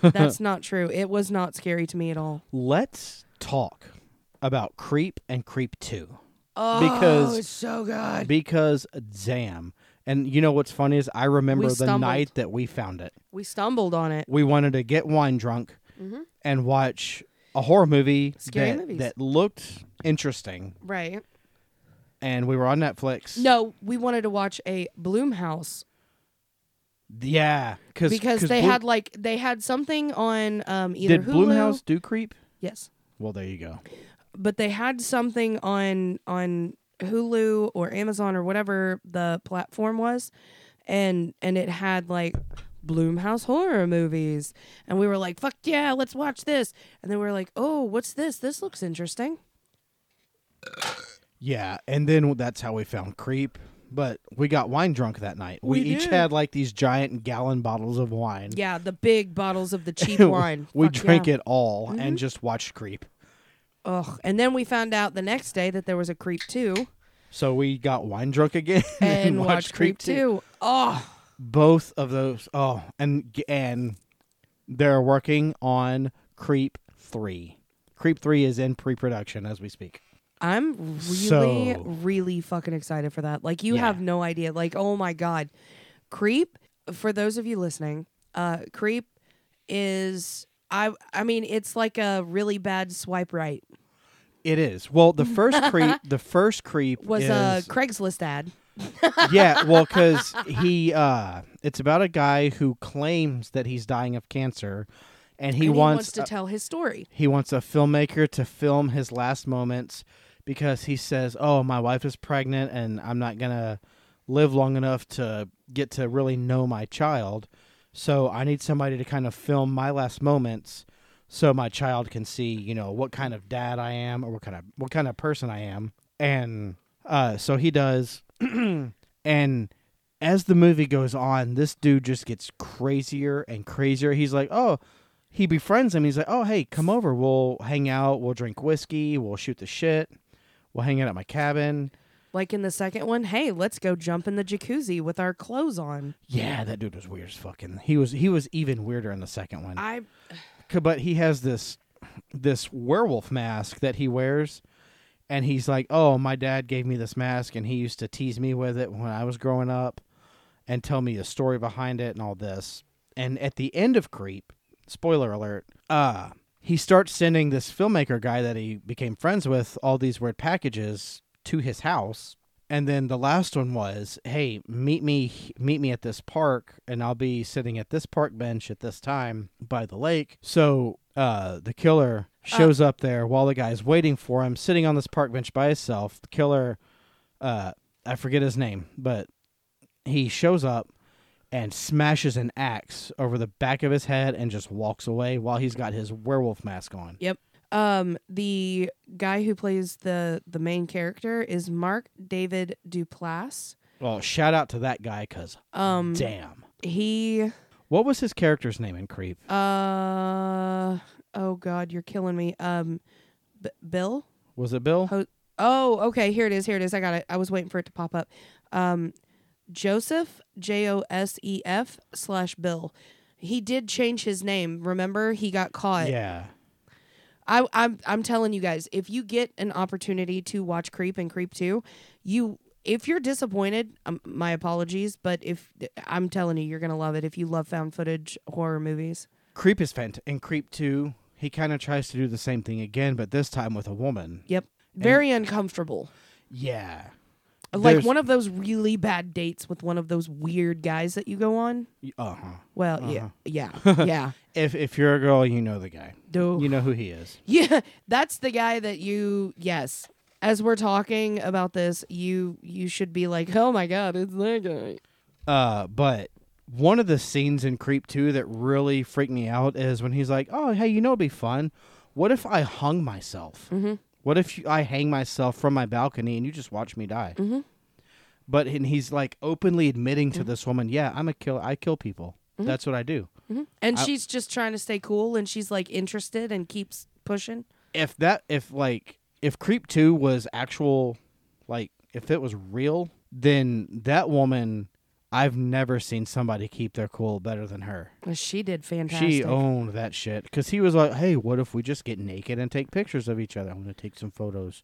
Speaker 2: That's not true. It was not scary to me at all.
Speaker 1: Let's talk about Creep and Creep 2.
Speaker 2: Oh,
Speaker 1: Because-
Speaker 2: it's so good.
Speaker 1: Because damn. And you know what's funny is I remember
Speaker 2: We
Speaker 1: the
Speaker 2: stumbled.
Speaker 1: night that we found it.
Speaker 2: We stumbled on it.
Speaker 1: We wanted to get wine drunk
Speaker 2: Mhm.
Speaker 1: and watch a horror movie
Speaker 2: Scary
Speaker 1: that,
Speaker 2: movies.
Speaker 1: that looked interesting.
Speaker 2: Right.
Speaker 1: And we were on Netflix.
Speaker 2: No, we wanted to watch a Bloomhouse
Speaker 1: Yeah. Cause,
Speaker 2: because
Speaker 1: 'cause
Speaker 2: they
Speaker 1: Blo-
Speaker 2: had like they had something on um either
Speaker 1: Did
Speaker 2: Hulu.
Speaker 1: Bloomhouse do Creep?
Speaker 2: Yes.
Speaker 1: Well, there you go.
Speaker 2: but they had something on on Hulu or Amazon or whatever the platform was, and and it had like Bloomhouse horror movies, and we were like, "Fuck yeah, let's watch this!" And then we were like, "Oh, what's this? This looks interesting."
Speaker 1: Yeah, and then that's how we found creep. But we got wine drunk that night. We,
Speaker 2: We
Speaker 1: each
Speaker 2: did.
Speaker 1: had like these giant gallon bottles of wine.
Speaker 2: Yeah, the big bottles of the cheap wine.
Speaker 1: we
Speaker 2: Fuck
Speaker 1: drank
Speaker 2: yeah. Mm-hmm.
Speaker 1: it all and just watched creep.
Speaker 2: Ugh. And then we found out the next day that there was a Creep two,
Speaker 1: So we got wine drunk again
Speaker 2: and, watched Creep two. Oh,
Speaker 1: Both of those. Oh, and and they're working on creep three. Creep three is in pre-production as we speak.
Speaker 2: I'm really,
Speaker 1: So-
Speaker 2: really fucking excited for that. Like, you
Speaker 1: Yeah.
Speaker 2: have no idea. Like, oh my God. Creep, for those of you listening, uh, Creep is, I, I mean, it's like a really bad swipe right.
Speaker 1: It is. Well, the first creep. The first creep
Speaker 2: Was uh,
Speaker 1: is,
Speaker 2: a Craigslist ad.
Speaker 1: yeah well because he uh it's about a guy who claims that he's dying of cancer and he
Speaker 2: and
Speaker 1: wants
Speaker 2: to tell his story.
Speaker 1: a, he wants a filmmaker to film his last moments because he says oh my wife is pregnant and i'm not gonna live long enough to get to really know my child so i need somebody to kind of film my last moments so my child can see you know what kind of dad i am or what kind of what kind of person i am and uh, so he does and as the movie goes on this dude just gets crazier and crazier he's like oh he befriends him he's like oh hey come over we'll hang out we'll drink whiskey we'll shoot the shit we'll hang out at my cabin
Speaker 2: Like in the second one, hey, let's go jump in the jacuzzi with our clothes on.
Speaker 1: yeah that dude was weird as fucking he was he was even weirder in the second one
Speaker 2: I,
Speaker 1: C- but he has this this werewolf mask that he wears and he's like oh my dad gave me this mask and he used to tease me with it when i was growing up and tell me the story behind it and all this and at the end of creep spoiler alert uh he starts sending this filmmaker guy that he became friends with all these weird packages to his house and then the last one was hey meet me meet me at this park and i'll be sitting at this park bench at this time by the lake so uh, the killer shows up there while the guy's waiting for him sitting on this park bench by himself the killer uh, i forget his name but he shows up and smashes an axe over the back of his head and just walks away while he's got his werewolf mask on
Speaker 2: yep. Um, the guy who plays the the main character is Mark David Duplass.
Speaker 1: well shout out to that guy because
Speaker 2: Um,
Speaker 1: damn
Speaker 2: he
Speaker 1: what was his character's name in creep
Speaker 2: uh oh god you're killing me um B- bill
Speaker 1: was it bill
Speaker 2: Ho- oh okay here it is here it is i got it i was waiting for it to pop up um joseph j-o-s-e-f E slash bill he did change his name remember he got caught
Speaker 1: yeah
Speaker 2: I, I'm I'm telling you guys, if you get an opportunity to watch Creep and Creep Two, you if you're disappointed, um, my apologies, but if I'm telling you, you're gonna love it if you love found footage horror movies.
Speaker 1: Creep is fant and Creep Two. He kind of tries to do the same thing again, but this time with a woman.
Speaker 2: Yep, very uncomfortable.
Speaker 1: Yeah,
Speaker 2: like
Speaker 1: There's-
Speaker 2: one of those really bad dates with one of those weird guys that you go on.
Speaker 1: uh huh.
Speaker 2: Uh-huh. Well, yeah, yeah, yeah.
Speaker 1: If if you're a girl, you know the guy.
Speaker 2: Do
Speaker 1: You know who he is.
Speaker 2: Yeah, that's the guy that you yes. As we're talking about this, you you should be like, "Oh my god, it's that guy."
Speaker 1: Uh, but one of the scenes in Creep 2 that really freaked me out is when he's like, "Oh, hey, you know it'd be fun. What if I hung myself? Mm-hmm. What if you, I hang myself from my balcony and you just watch me die?" Mm-hmm. But and he's like openly admitting to this woman, "Yeah, I'm a kill. I kill people. That's what I do."
Speaker 2: And she's just trying to stay cool and she's like interested and keeps pushing.
Speaker 1: If that, if like, if Creep 2 was actual, like, if it was real, then that woman. I've never seen somebody keep their cool better than her.
Speaker 2: Well, She did fantastic.
Speaker 1: She owned that shit because he was like, "Hey, what if we just get naked and take pictures of each other? I'm gonna take some photos.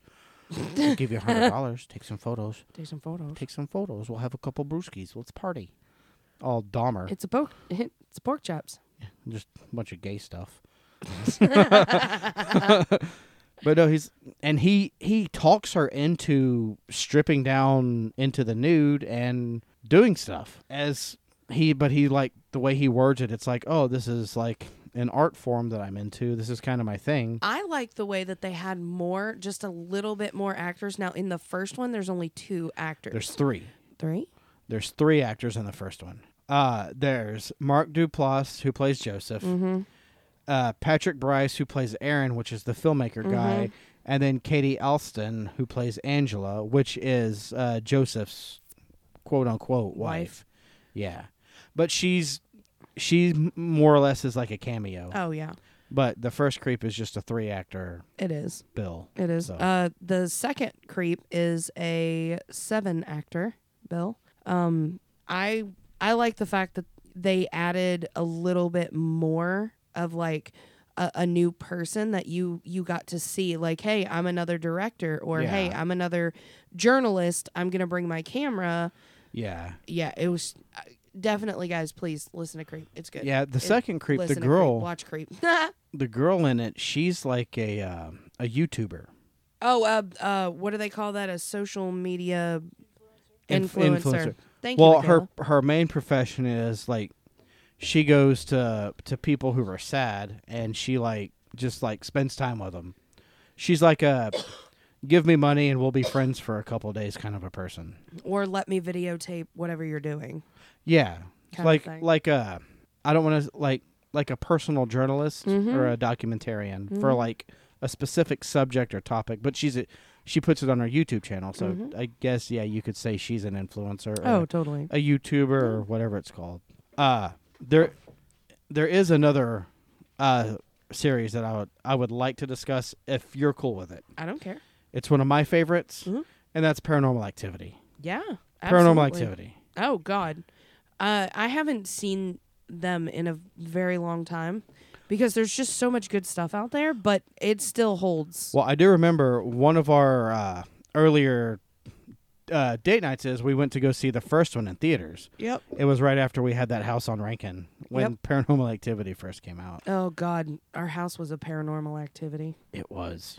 Speaker 1: I'll give you a hundred dollars. Take some photos.
Speaker 2: Take some photos.
Speaker 1: Take some photos. We'll have a couple brewskis. Let's party." All Dahmer,
Speaker 2: It's a pork. It's pork chops.
Speaker 1: just a bunch of gay stuff. but no, he's and he he talks her into stripping down into the nude and doing stuff as he but he like the way he words it it's like oh this is like an art form that i'm into this is kind of my thing
Speaker 2: I like the way that they had more, just a little bit more actors. Now in the first one, there's only two actors.
Speaker 1: There's three.
Speaker 2: three.
Speaker 1: There's three actors in the first one. Uh, there's Mark Duplass who plays Joseph,
Speaker 2: Mm-hmm.
Speaker 1: uh, Patrick Bryce who plays Aaron, which is the filmmaker
Speaker 2: Mm-hmm.
Speaker 1: guy, and then Katie Alston who plays Angela, which is uh, Joseph's quote unquote wife.
Speaker 2: Wife.
Speaker 1: Yeah, but she's she m- more or less is like a cameo.
Speaker 2: Oh yeah,
Speaker 1: But the first creep is just a three actor
Speaker 2: it is.
Speaker 1: bill.
Speaker 2: It is.
Speaker 1: So-
Speaker 2: Uh, the second creep is a seven actor bill. Um, I I like the fact that they added a little bit more of like a, a new person that you you got to see. Like, hey, I'm another director, or hey,
Speaker 1: Yeah.
Speaker 2: I'm another journalist. I'm gonna bring my camera.
Speaker 1: Yeah,
Speaker 2: Yeah, it was I- definitely, guys. Please listen to creep. It's good.
Speaker 1: yeah. The
Speaker 2: It-
Speaker 1: second creep, the
Speaker 2: listen to
Speaker 1: girl,
Speaker 2: watch creep.
Speaker 1: the girl in it, she's like a uh, a YouTuber.
Speaker 2: Oh, uh, uh, what do they call that? A social media
Speaker 1: Inf-
Speaker 2: influencer.
Speaker 1: influencer.
Speaker 2: Thank you.
Speaker 1: well
Speaker 2: Michaela.
Speaker 1: her her main profession is like she goes to to people who are sad and she like just like spends time with them she's like a give me money and we'll be friends for a couple days kind of a person
Speaker 2: or let me videotape whatever you're doing.
Speaker 1: yeah
Speaker 2: Kind of
Speaker 1: like
Speaker 2: thing.
Speaker 1: like a i don't want to like like a personal journalist or a documentarian for like a specific subject or topic but she's a, she puts it on her youtube channel so i guess yeah you could say she's an influencer or
Speaker 2: Oh, totally.
Speaker 1: a YouTuber or whatever it's called. Uh there there is another uh series that I would I would like to discuss if you're cool with it.
Speaker 2: I don't care.
Speaker 1: It's one of my favorites
Speaker 2: Mhm.
Speaker 1: and that's Paranormal Activity.
Speaker 2: Yeah.
Speaker 1: Paranormal
Speaker 2: absolutely.
Speaker 1: Activity.
Speaker 2: Oh God, uh, I haven't seen them in a very long time because there's just so much good stuff out there, but it still holds.
Speaker 1: Well, I do remember one of our uh earlier uh, date nights is we went to go see the first one in theaters.
Speaker 2: Yep.
Speaker 1: It was right after we had that house on Rankin when Paranormal Activity first came out.
Speaker 2: Oh God, our house was a paranormal activity.
Speaker 1: It was.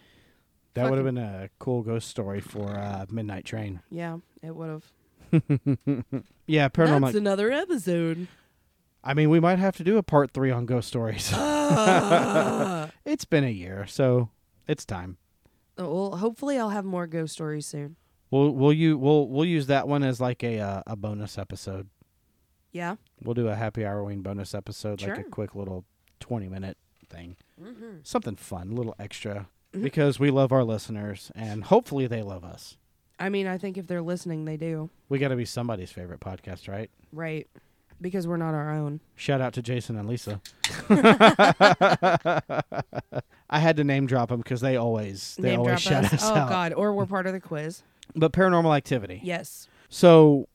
Speaker 1: That would have been a cool ghost story for uh, Midnight Train.
Speaker 2: Yeah, it would have.
Speaker 1: Yeah, paranormal.
Speaker 2: That's another episode.
Speaker 1: I mean, we might have to do a part three on ghost stories.
Speaker 2: Uh.
Speaker 1: Uh,
Speaker 2: Ah.
Speaker 1: it's been a year, so it's time.
Speaker 2: Oh, Well, hopefully I'll have more ghost stories soon.
Speaker 1: We'll we'll you we'll we'll use that one as like a uh, a bonus episode.
Speaker 2: Yeah.
Speaker 1: We'll do a happy Halloween bonus episode, like a
Speaker 2: Sure. Hmm.
Speaker 1: quick little twenty minute thing,
Speaker 2: Mm-hmm.
Speaker 1: something fun, a little extra, because we love our listeners and hopefully they love us.
Speaker 2: I mean, I think if they're listening, they do.
Speaker 1: We got to be somebody's favorite podcast, right?
Speaker 2: Right. Because we're not our own.
Speaker 1: Shout out to Jason and Lisa. I had to name drop them because they always they
Speaker 2: Name
Speaker 1: always
Speaker 2: drop
Speaker 1: shout
Speaker 2: us.
Speaker 1: us
Speaker 2: oh
Speaker 1: out.
Speaker 2: god, or we're part of the quiz.
Speaker 1: But Paranormal Activity.
Speaker 2: Yes.
Speaker 1: So,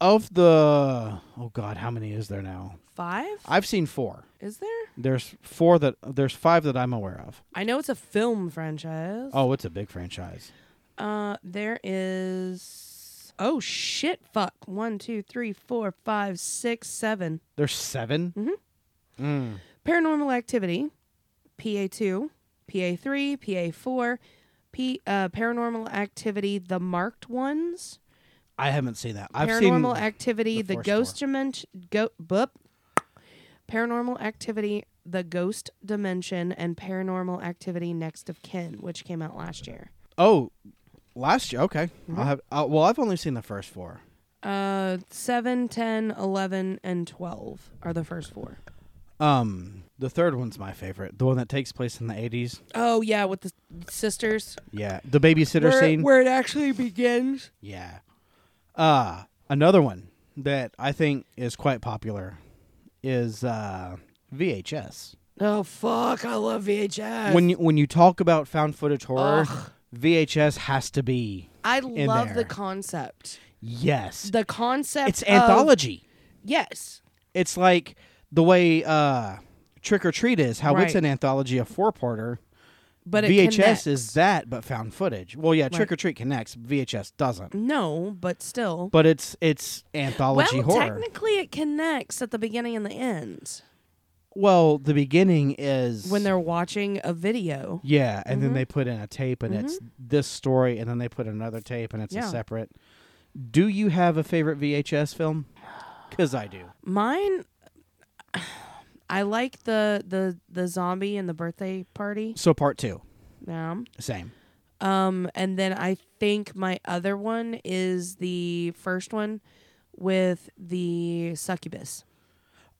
Speaker 1: of the oh god, how many is there now?
Speaker 2: 5?
Speaker 1: I've seen four.
Speaker 2: Is there?
Speaker 1: There's four that there's five that I'm aware of.
Speaker 2: I know it's a film franchise.
Speaker 1: Oh, it's a big franchise.
Speaker 2: Uh there is Oh shit fuck. One, two, three, four, five, six, seven.
Speaker 1: There's 7 Mm-hmm.
Speaker 2: Paranormal activity. PA2, PA3, PA4, P uh paranormal activity, the marked ones.
Speaker 1: I haven't seen that. I've
Speaker 2: Paranormal
Speaker 1: seen
Speaker 2: Activity,
Speaker 1: the
Speaker 2: The,
Speaker 1: first
Speaker 2: Ghost Dimension, go, boop. Paranormal Activity, The Ghost Dimension, and Paranormal Activity Next of Kin, which came out last year.
Speaker 1: Oh, last year. Okay. I'll have. i well, I've only seen the first four.
Speaker 2: Uh, 7, 10, 11, and 12 are the first four.
Speaker 1: Um, the third one's my favorite. The one that takes place in the eighties.
Speaker 2: Oh, yeah, with the sisters.
Speaker 1: Yeah, the babysitter
Speaker 2: Where,
Speaker 1: scene.
Speaker 2: where it actually begins.
Speaker 1: Yeah. Uh, another one that I think is quite popular is uh, VHS.
Speaker 2: Oh, fuck. I love VHS.
Speaker 1: When you, when you talk about found footage horror, VHS has to be
Speaker 2: I
Speaker 1: in
Speaker 2: love
Speaker 1: there.
Speaker 2: the concept.
Speaker 1: yes.
Speaker 2: The concept.
Speaker 1: it's
Speaker 2: of-
Speaker 1: anthology.
Speaker 2: Yes.
Speaker 1: It's like the way uh, Trick or Treat is, how it's
Speaker 2: Right.
Speaker 1: an anthology of four parter.
Speaker 2: But it
Speaker 1: VHS
Speaker 2: connects.
Speaker 1: is that, but found footage. Well, yeah, Trick
Speaker 2: Right.
Speaker 1: or Treat connects. VHS doesn't.
Speaker 2: No, but still.
Speaker 1: But it's it's anthology
Speaker 2: well,
Speaker 1: horror.
Speaker 2: technically, it connects at the beginning and the end
Speaker 1: well, the beginning is
Speaker 2: when they're watching a video.
Speaker 1: Yeah, and
Speaker 2: Mm-hmm.
Speaker 1: then they put in a tape and it's this story, and then they put another tape and it's a
Speaker 2: Yeah.
Speaker 1: separate. Do you have a favorite VHS film? Because I do.
Speaker 2: Mine, I like the the the zombie and the birthday party.
Speaker 1: So part two,
Speaker 2: Yeah.
Speaker 1: same.
Speaker 2: Um, and then I think my other one is the first one with the succubus.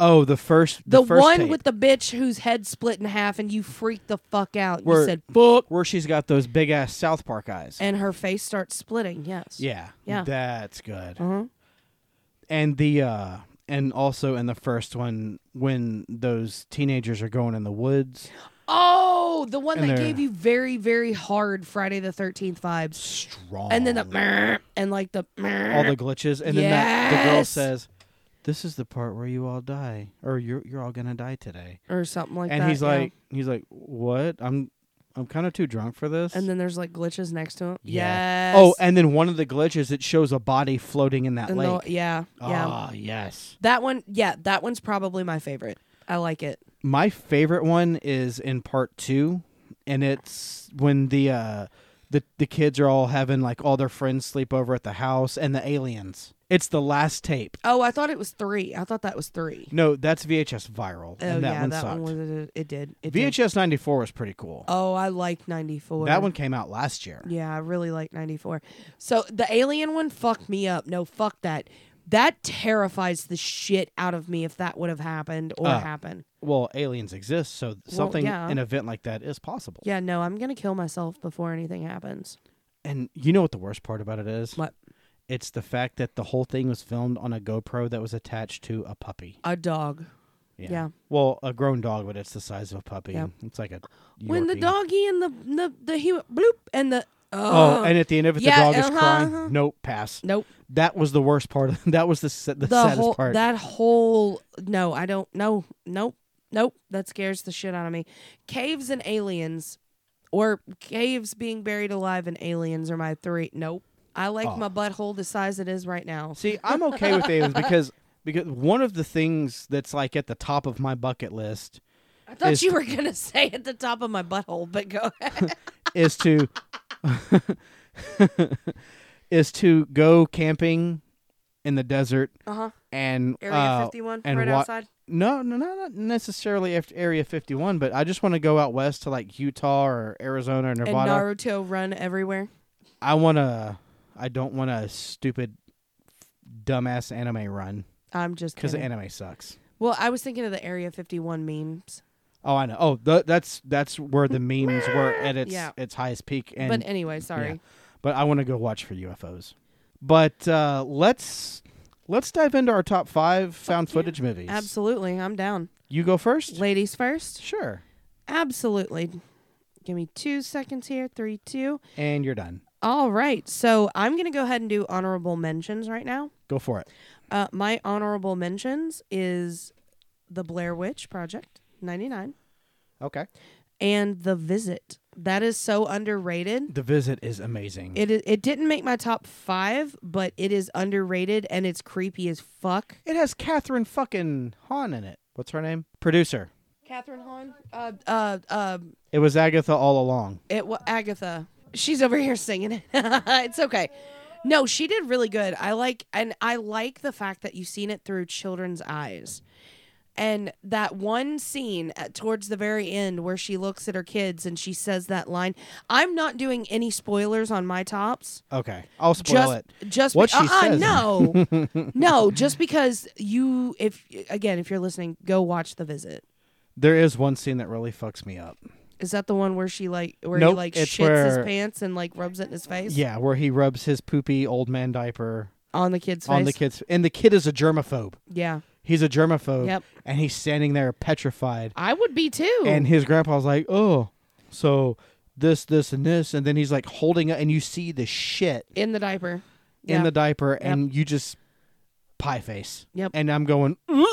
Speaker 1: Oh, the first,
Speaker 2: The,
Speaker 1: the, first
Speaker 2: one
Speaker 1: tape
Speaker 2: with the bitch whose head split in half and you freaked the fuck out.
Speaker 1: Where-
Speaker 2: you said fuck
Speaker 1: where she's got those big ass South Park eyes.
Speaker 2: and her face starts splitting. Yes.
Speaker 1: yeah,
Speaker 2: Yeah.
Speaker 1: that's good.
Speaker 2: Uh-huh.
Speaker 1: And the uh and also in the first one when those teenagers are going in the woods,
Speaker 2: Oh, the one
Speaker 1: And
Speaker 2: that
Speaker 1: they're-
Speaker 2: gave you very very hard Friday the 13th vibes.
Speaker 1: strong,
Speaker 2: And then the meh, and like the meh.
Speaker 1: all the glitches, and then that, the girl
Speaker 2: Yes!
Speaker 1: says, "This is the part where you all die, or you're you're all gonna die today."
Speaker 2: or something like
Speaker 1: and
Speaker 2: that.
Speaker 1: he's
Speaker 2: yeah.
Speaker 1: like, he's like, "What? I'm I'm kind of too drunk for this."
Speaker 2: and then there's like glitches next to him.
Speaker 1: Yeah.
Speaker 2: Yes.
Speaker 1: oh, and then one of the glitches it shows a body floating in that
Speaker 2: And the-
Speaker 1: lake.
Speaker 2: yeah, yeah.
Speaker 1: Ah, yes.
Speaker 2: That one, yeah, that one's probably my favorite. I like it.
Speaker 1: My favorite one is in part two, and it's when the uh, the the kids are all having like all their friends sleep over at the house, and the aliens. It's the last tape.
Speaker 2: Oh, I thought it was three. I thought that was three.
Speaker 1: No, that's VHS viral,
Speaker 2: Oh
Speaker 1: and that
Speaker 2: yeah,
Speaker 1: one
Speaker 2: that
Speaker 1: sucked.
Speaker 2: one was it did. It did.
Speaker 1: VHS ninety four was pretty cool.
Speaker 2: Oh, I like ninety four.
Speaker 1: that one came out last year.
Speaker 2: Yeah, I really like 94. So the alien one fucked me up. No, fuck that. That terrifies the shit out of me if that would have happened or
Speaker 1: Uh.
Speaker 2: happened.
Speaker 1: Well, aliens exist, so something
Speaker 2: yeah.
Speaker 1: an event like that is possible.
Speaker 2: Yeah, no, I'm going to kill myself before anything happens.
Speaker 1: And you know what the worst part about it is?
Speaker 2: What?
Speaker 1: It's the fact that the whole thing was filmed on a GoPro that was attached to a puppy.
Speaker 2: A dog. Yeah.
Speaker 1: Well, a grown dog, but it's the size of a puppy. It's like a
Speaker 2: When the
Speaker 1: Yorkie.
Speaker 2: doggy and the the the he went bloop and the
Speaker 1: Oh,
Speaker 2: oh,
Speaker 1: and at the end of it,
Speaker 2: Yeah,
Speaker 1: the dog is
Speaker 2: uh-huh, uh-huh.
Speaker 1: crying. Nope, pass.
Speaker 2: nope.
Speaker 1: That was the worst part. Of, that was the sa- the,
Speaker 2: The
Speaker 1: saddest
Speaker 2: whole
Speaker 1: part.
Speaker 2: that whole no, I don't no nope nope that scares the shit out of me. Caves and aliens, or caves being buried alive and aliens are my three. Nope. I like
Speaker 1: Oh.
Speaker 2: my butthole the size it is right now.
Speaker 1: See, I'm okay with aliens because because one of the things that's like at the top of my bucket list
Speaker 2: I thought
Speaker 1: is-
Speaker 2: you were gonna say at the top of my butthole, but go ahead.
Speaker 1: is to is to go camping in the desert
Speaker 2: Uh huh.
Speaker 1: and
Speaker 2: Area
Speaker 1: uh,
Speaker 2: 51,
Speaker 1: and
Speaker 2: right
Speaker 1: wa-
Speaker 2: outside.
Speaker 1: No, no, no, not necessarily after Area 51, but I just want to go out west to like Utah or Arizona or
Speaker 2: And
Speaker 1: Nevada.
Speaker 2: Naruto run everywhere.
Speaker 1: I want to. I don't want a stupid, dumbass anime run
Speaker 2: I'm just
Speaker 1: because
Speaker 2: kidding.
Speaker 1: anime sucks.
Speaker 2: well, I was thinking of the Area 51 memes.
Speaker 1: Oh, I know. Oh, th- that's that's where the memes were at its
Speaker 2: Yeah.
Speaker 1: its highest peak. And
Speaker 2: but anyway, sorry.
Speaker 1: Yeah. But I want to go watch for UFOs. But uh, let's let's dive into our top five found footage movies.
Speaker 2: Absolutely, I'm down.
Speaker 1: You go first.
Speaker 2: Ladies first.
Speaker 1: Sure.
Speaker 2: Absolutely. Give me two seconds here. Three, two.
Speaker 1: And you're done.
Speaker 2: All right. So I'm going to go ahead and do honorable mentions right now.
Speaker 1: Go for it.
Speaker 2: Uh, my honorable mentions is the Blair Witch Project 99
Speaker 1: Okay.
Speaker 2: and The Visit. That is so underrated.
Speaker 1: The visit is amazing. It,
Speaker 2: It, it didn't make my top five, but it is underrated and it's creepy as fuck.
Speaker 1: has Catherine fucking Hahn in it. What's her name? Producer.
Speaker 2: Catherine Hahn? Uh, uh, uh,
Speaker 1: It was Agatha all along.
Speaker 2: It wa Agatha. She's over here singing it. it's okay. No, she did really good. I like and I like the fact that you've seen it through children's eyes. And that one scene at, towards the very end where she looks at her kids and she says that line. I'm not doing any spoilers on my tops.
Speaker 1: Okay, I'll spoil
Speaker 2: just,
Speaker 1: it.
Speaker 2: just
Speaker 1: What
Speaker 2: uh,
Speaker 1: she
Speaker 2: uh,
Speaker 1: says.
Speaker 2: no, no, just because you, if again, if you're listening, go watch the visit.
Speaker 1: There is one scene that really fucks me up.
Speaker 2: Is that the one where she like where he
Speaker 1: Nope,
Speaker 2: like
Speaker 1: it's
Speaker 2: shits
Speaker 1: where-
Speaker 2: his pants and like rubs it in his face
Speaker 1: Yeah, where he rubs his poopy old man diaper
Speaker 2: on the kid's face?
Speaker 1: on the kid's, and the kid is a germaphobe.
Speaker 2: yeah,
Speaker 1: He's a germaphobe,
Speaker 2: Yep.
Speaker 1: and he's standing there petrified.
Speaker 2: I would be too.
Speaker 1: And his grandpa's like, "Oh, so this, this, and this," and then he's like holding it, and you see the shit
Speaker 2: in the diaper.
Speaker 1: in
Speaker 2: Yeah.
Speaker 1: the diaper, and you just pie face.
Speaker 2: Yep.
Speaker 1: And I'm going, "Mm,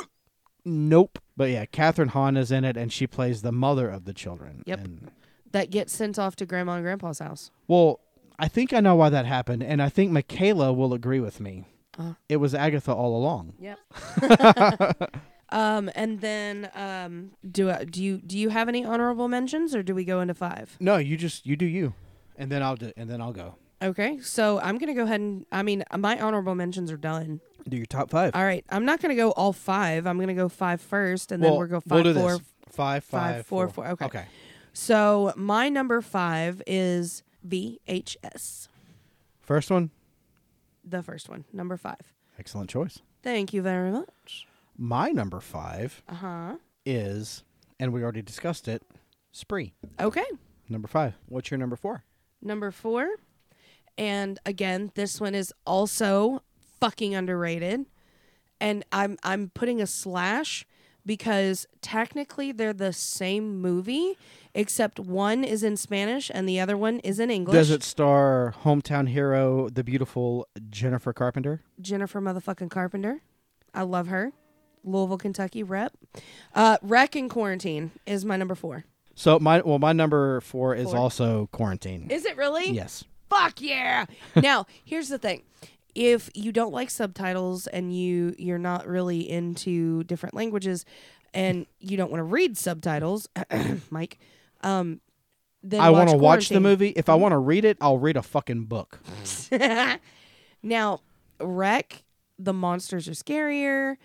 Speaker 1: nope. But yeah, Catherine Hahn is in it, and she plays the mother of the children.
Speaker 2: Yep.
Speaker 1: And,
Speaker 2: that gets sent off to grandma and grandpa's house.
Speaker 1: well, I think I know why that happened, and I think Michaela will agree with me.
Speaker 2: Uh.
Speaker 1: It was Agatha all along.
Speaker 2: Yep. um, and then um, do I, do you do you have any honorable mentions, or do we go into five?
Speaker 1: No, you just you do you, and then I'll do, and then I'll go
Speaker 2: Okay, so I'm gonna go ahead and I mean my honorable mentions are done.
Speaker 1: do your top five.
Speaker 2: All right, I'm not gonna go all five. I'm gonna go five first, and
Speaker 1: well,
Speaker 2: then we'll go
Speaker 1: we'll
Speaker 2: five,
Speaker 1: do
Speaker 2: four.
Speaker 1: this. Five,
Speaker 2: five,
Speaker 1: five,
Speaker 2: four,
Speaker 1: four.
Speaker 2: four. Okay.
Speaker 1: Okay.
Speaker 2: So my number five is VHS,
Speaker 1: First one,
Speaker 2: the first one, number five.
Speaker 1: excellent choice.
Speaker 2: Thank you very much.
Speaker 1: My number five
Speaker 2: Uh huh.
Speaker 1: is, and we already discussed it, Spree.
Speaker 2: Okay.
Speaker 1: Number five. What's your number four?
Speaker 2: Number four. And again, this one is also fucking underrated. And I'm I'm putting a slash because technically they're the same movie, except one is in Spanish and the other one is in English.
Speaker 1: Does it star hometown hero, the beautiful Jennifer Carpenter?
Speaker 2: Jennifer motherfucking Carpenter. I love her. Louisville, Kentucky rep. Uh, Wreck in Quarantine is my number four.
Speaker 1: So my well, my number four is
Speaker 2: Four.
Speaker 1: also quarantine.
Speaker 2: Is it really?
Speaker 1: yes.
Speaker 2: fuck yeah now here's the thing if you don't like subtitles and you you're not really into different languages and you don't want to read subtitles mike um then
Speaker 1: I
Speaker 2: want to
Speaker 1: watch the movie. If I want to read it, I'll read a fucking book.
Speaker 2: now wreck the monsters are scarier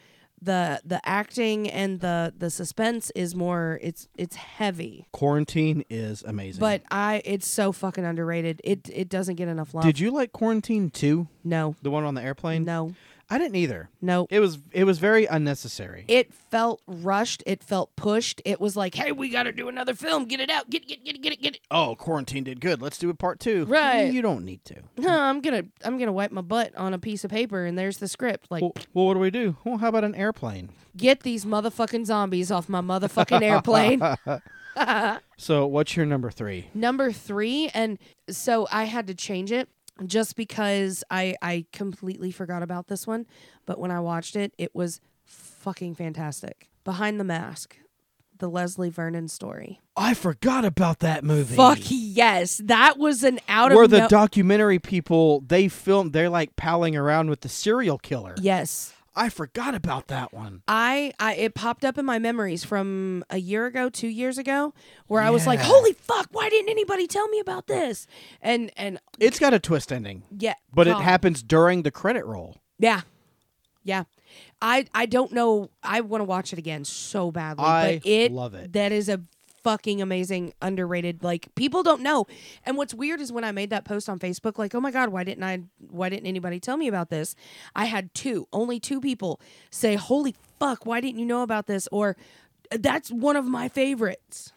Speaker 2: the the acting and the the suspense is more it's it's heavy
Speaker 1: Quarantine is amazing.
Speaker 2: but i it's so fucking underrated it it doesn't get enough love
Speaker 1: did you like Quarantine Two,
Speaker 2: no
Speaker 1: the one on the airplane?
Speaker 2: uh, no
Speaker 1: I didn't either.
Speaker 2: no
Speaker 1: It was it was very unnecessary.
Speaker 2: it felt rushed. It felt pushed. It was like, hey, we got to do another film. Get it out. Get get get it get it get it.
Speaker 1: oh, quarantine did good. Let's do a part two.
Speaker 2: Right.
Speaker 1: You don't need to.
Speaker 2: No, I'm gonna I'm gonna wipe my butt on a piece of paper, and there's the script. Like,
Speaker 1: Well, well, what do we do? Well, how about an airplane?
Speaker 2: get these motherfucking zombies off my motherfucking airplane.
Speaker 1: So, what's your number three?
Speaker 2: Number three, and so I had to change it just because I I completely forgot about this one, but when I watched it, it was fucking fantastic. Behind the Mask, the Leslie Vernon story.
Speaker 1: I forgot about that movie.
Speaker 2: Fuck yes, that was an out
Speaker 1: Where
Speaker 2: of
Speaker 1: the
Speaker 2: no-
Speaker 1: documentary people they filmed, they're like palling around with the serial killer.
Speaker 2: yes.
Speaker 1: I forgot about that one.
Speaker 2: I, I it popped up in my memories from a year ago, two years ago, where I was like,
Speaker 1: Yeah.
Speaker 2: "Holy fuck! Why didn't anybody tell me about this?" And and
Speaker 1: It's got a twist ending,
Speaker 2: yeah,
Speaker 1: but it
Speaker 2: God.
Speaker 1: happens during the credit roll.
Speaker 2: Yeah, yeah. I I don't know. I want to watch it again so badly.
Speaker 1: I
Speaker 2: but it,
Speaker 1: love it.
Speaker 2: That is a fucking amazing, underrated. Like people don't know. And what's weird is when I made that post on Facebook, like, oh my god, why didn't I? Why didn't anybody tell me about this? I had two, only two people say, "Holy fuck, why didn't you know about this?" Or that's one of my favorites.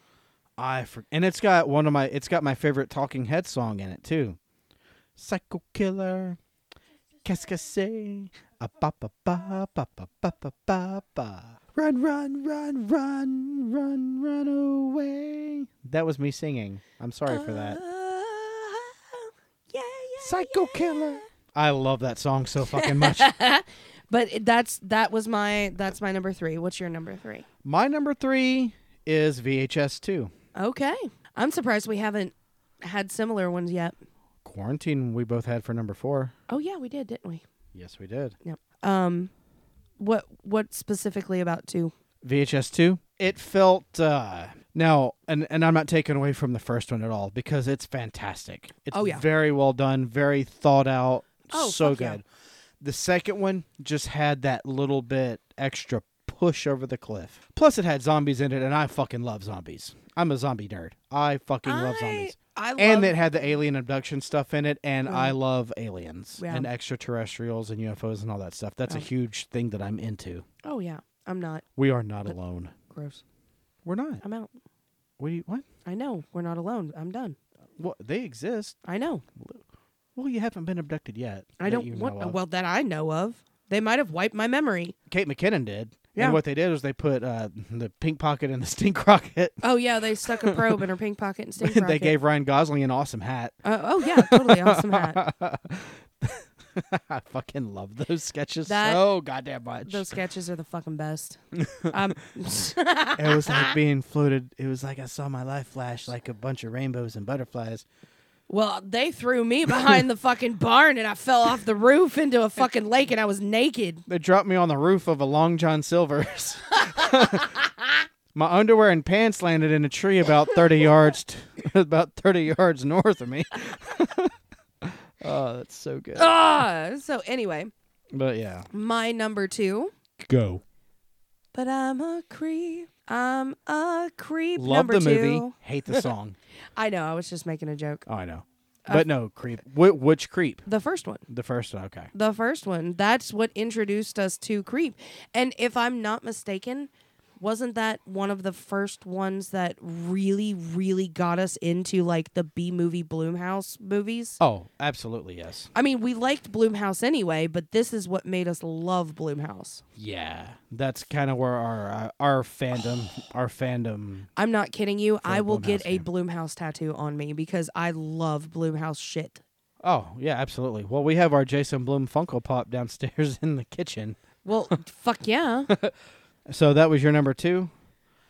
Speaker 1: I for- and it's got one of my it's got my favorite Talking Head song in it too. Psycho killer, qu'est-ce que c'est? A ba ba ba ba ba ba ba ba ba. Run, run, run, run, run, run away. That was me singing. I'm sorry for that.
Speaker 2: Oh, yeah, yeah.
Speaker 1: Psycho killer. I love that song so fucking much.
Speaker 2: But it- that's that was my that's my number three. What's your number three?
Speaker 1: my number three is VHS two.
Speaker 2: Okay. I'm surprised we haven't had similar ones yet.
Speaker 1: Quarantine we both had for number four.
Speaker 2: Oh yeah, we did, didn't we?
Speaker 1: Yes, we did.
Speaker 2: Yep. Um what what specifically about two?
Speaker 1: VHS two. It felt uh now and and I'm not taking away from the first one at all because it's fantastic. It's
Speaker 2: Oh, yeah.
Speaker 1: very well done, very thought out,
Speaker 2: Oh,
Speaker 1: so
Speaker 2: fuck yeah.
Speaker 1: good. The second one just had that little bit extra push over the cliff. Plus, it had zombies in it, and I fucking love zombies. I'm a zombie nerd. I fucking love zombies.
Speaker 2: I love
Speaker 1: And it had the alien abduction stuff in it, and I love aliens
Speaker 2: Yeah.
Speaker 1: and extraterrestrials and UFOs and all that stuff. That's a huge thing that I'm into.
Speaker 2: Oh yeah, I'm not
Speaker 1: We are not alone.
Speaker 2: gross.
Speaker 1: We're not.
Speaker 2: I'm out.
Speaker 1: We what?
Speaker 2: I know we're not alone. I'm done.
Speaker 1: Well, they exist.
Speaker 2: I know.
Speaker 1: Well, you haven't been abducted yet.
Speaker 2: I
Speaker 1: that
Speaker 2: don't
Speaker 1: you know
Speaker 2: want.
Speaker 1: of.
Speaker 2: well, that I know of. They might have wiped my memory.
Speaker 1: Kate McKinnon did.
Speaker 2: Yeah.
Speaker 1: And what they did was they put uh, the pink pocket and the stink rocket.
Speaker 2: Oh yeah, they stuck a probe in her pink pocket and stink
Speaker 1: they
Speaker 2: rocket.
Speaker 1: gave Ryan Gosling an awesome hat.
Speaker 2: Uh, oh yeah, totally awesome hat.
Speaker 1: I fucking love those sketches
Speaker 2: That-
Speaker 1: so goddamn much.
Speaker 2: Those sketches are the fucking best. Um,
Speaker 1: it was like being floated. It was like I saw my life flash like a bunch of rainbows and butterflies.
Speaker 2: well, they threw me behind the fucking barn and I fell off the roof into a fucking lake and I was naked.
Speaker 1: They dropped me on the roof of a Long John Silver's. my underwear and pants landed in a tree about thirty yards, t- about thirty yards north of me. oh, that's so good.
Speaker 2: Ah, so anyway,
Speaker 1: But yeah,
Speaker 2: my number two.
Speaker 1: go.
Speaker 2: But I'm a creep. I'm a creep.
Speaker 1: Love
Speaker 2: number
Speaker 1: the
Speaker 2: two.
Speaker 1: movie, hate the song.
Speaker 2: I know. I was just making a joke.
Speaker 1: oh, I know,
Speaker 2: Uh,
Speaker 1: but no creep. Wh- which creep?
Speaker 2: The first one.
Speaker 1: The first one. Okay.
Speaker 2: The first one. That's what introduced us to creep. And if I'm not mistaken, wasn't that one of the first ones that really, really got us into like the B movie Bloomhouse movies?
Speaker 1: Oh, absolutely yes.
Speaker 2: I mean, we liked Bloomhouse anyway, but this is what made us love Bloomhouse.
Speaker 1: Yeah, that's kind of where our uh, our fandom, our fandom.
Speaker 2: I'm not kidding you. I will get
Speaker 1: Blumhouse
Speaker 2: a Bloomhouse tattoo on me because I love Bloomhouse shit.
Speaker 1: Oh yeah, absolutely. Well, we have our Jason Bloom Funko Pop downstairs in the kitchen.
Speaker 2: Well, fuck yeah.
Speaker 1: So that was your number two.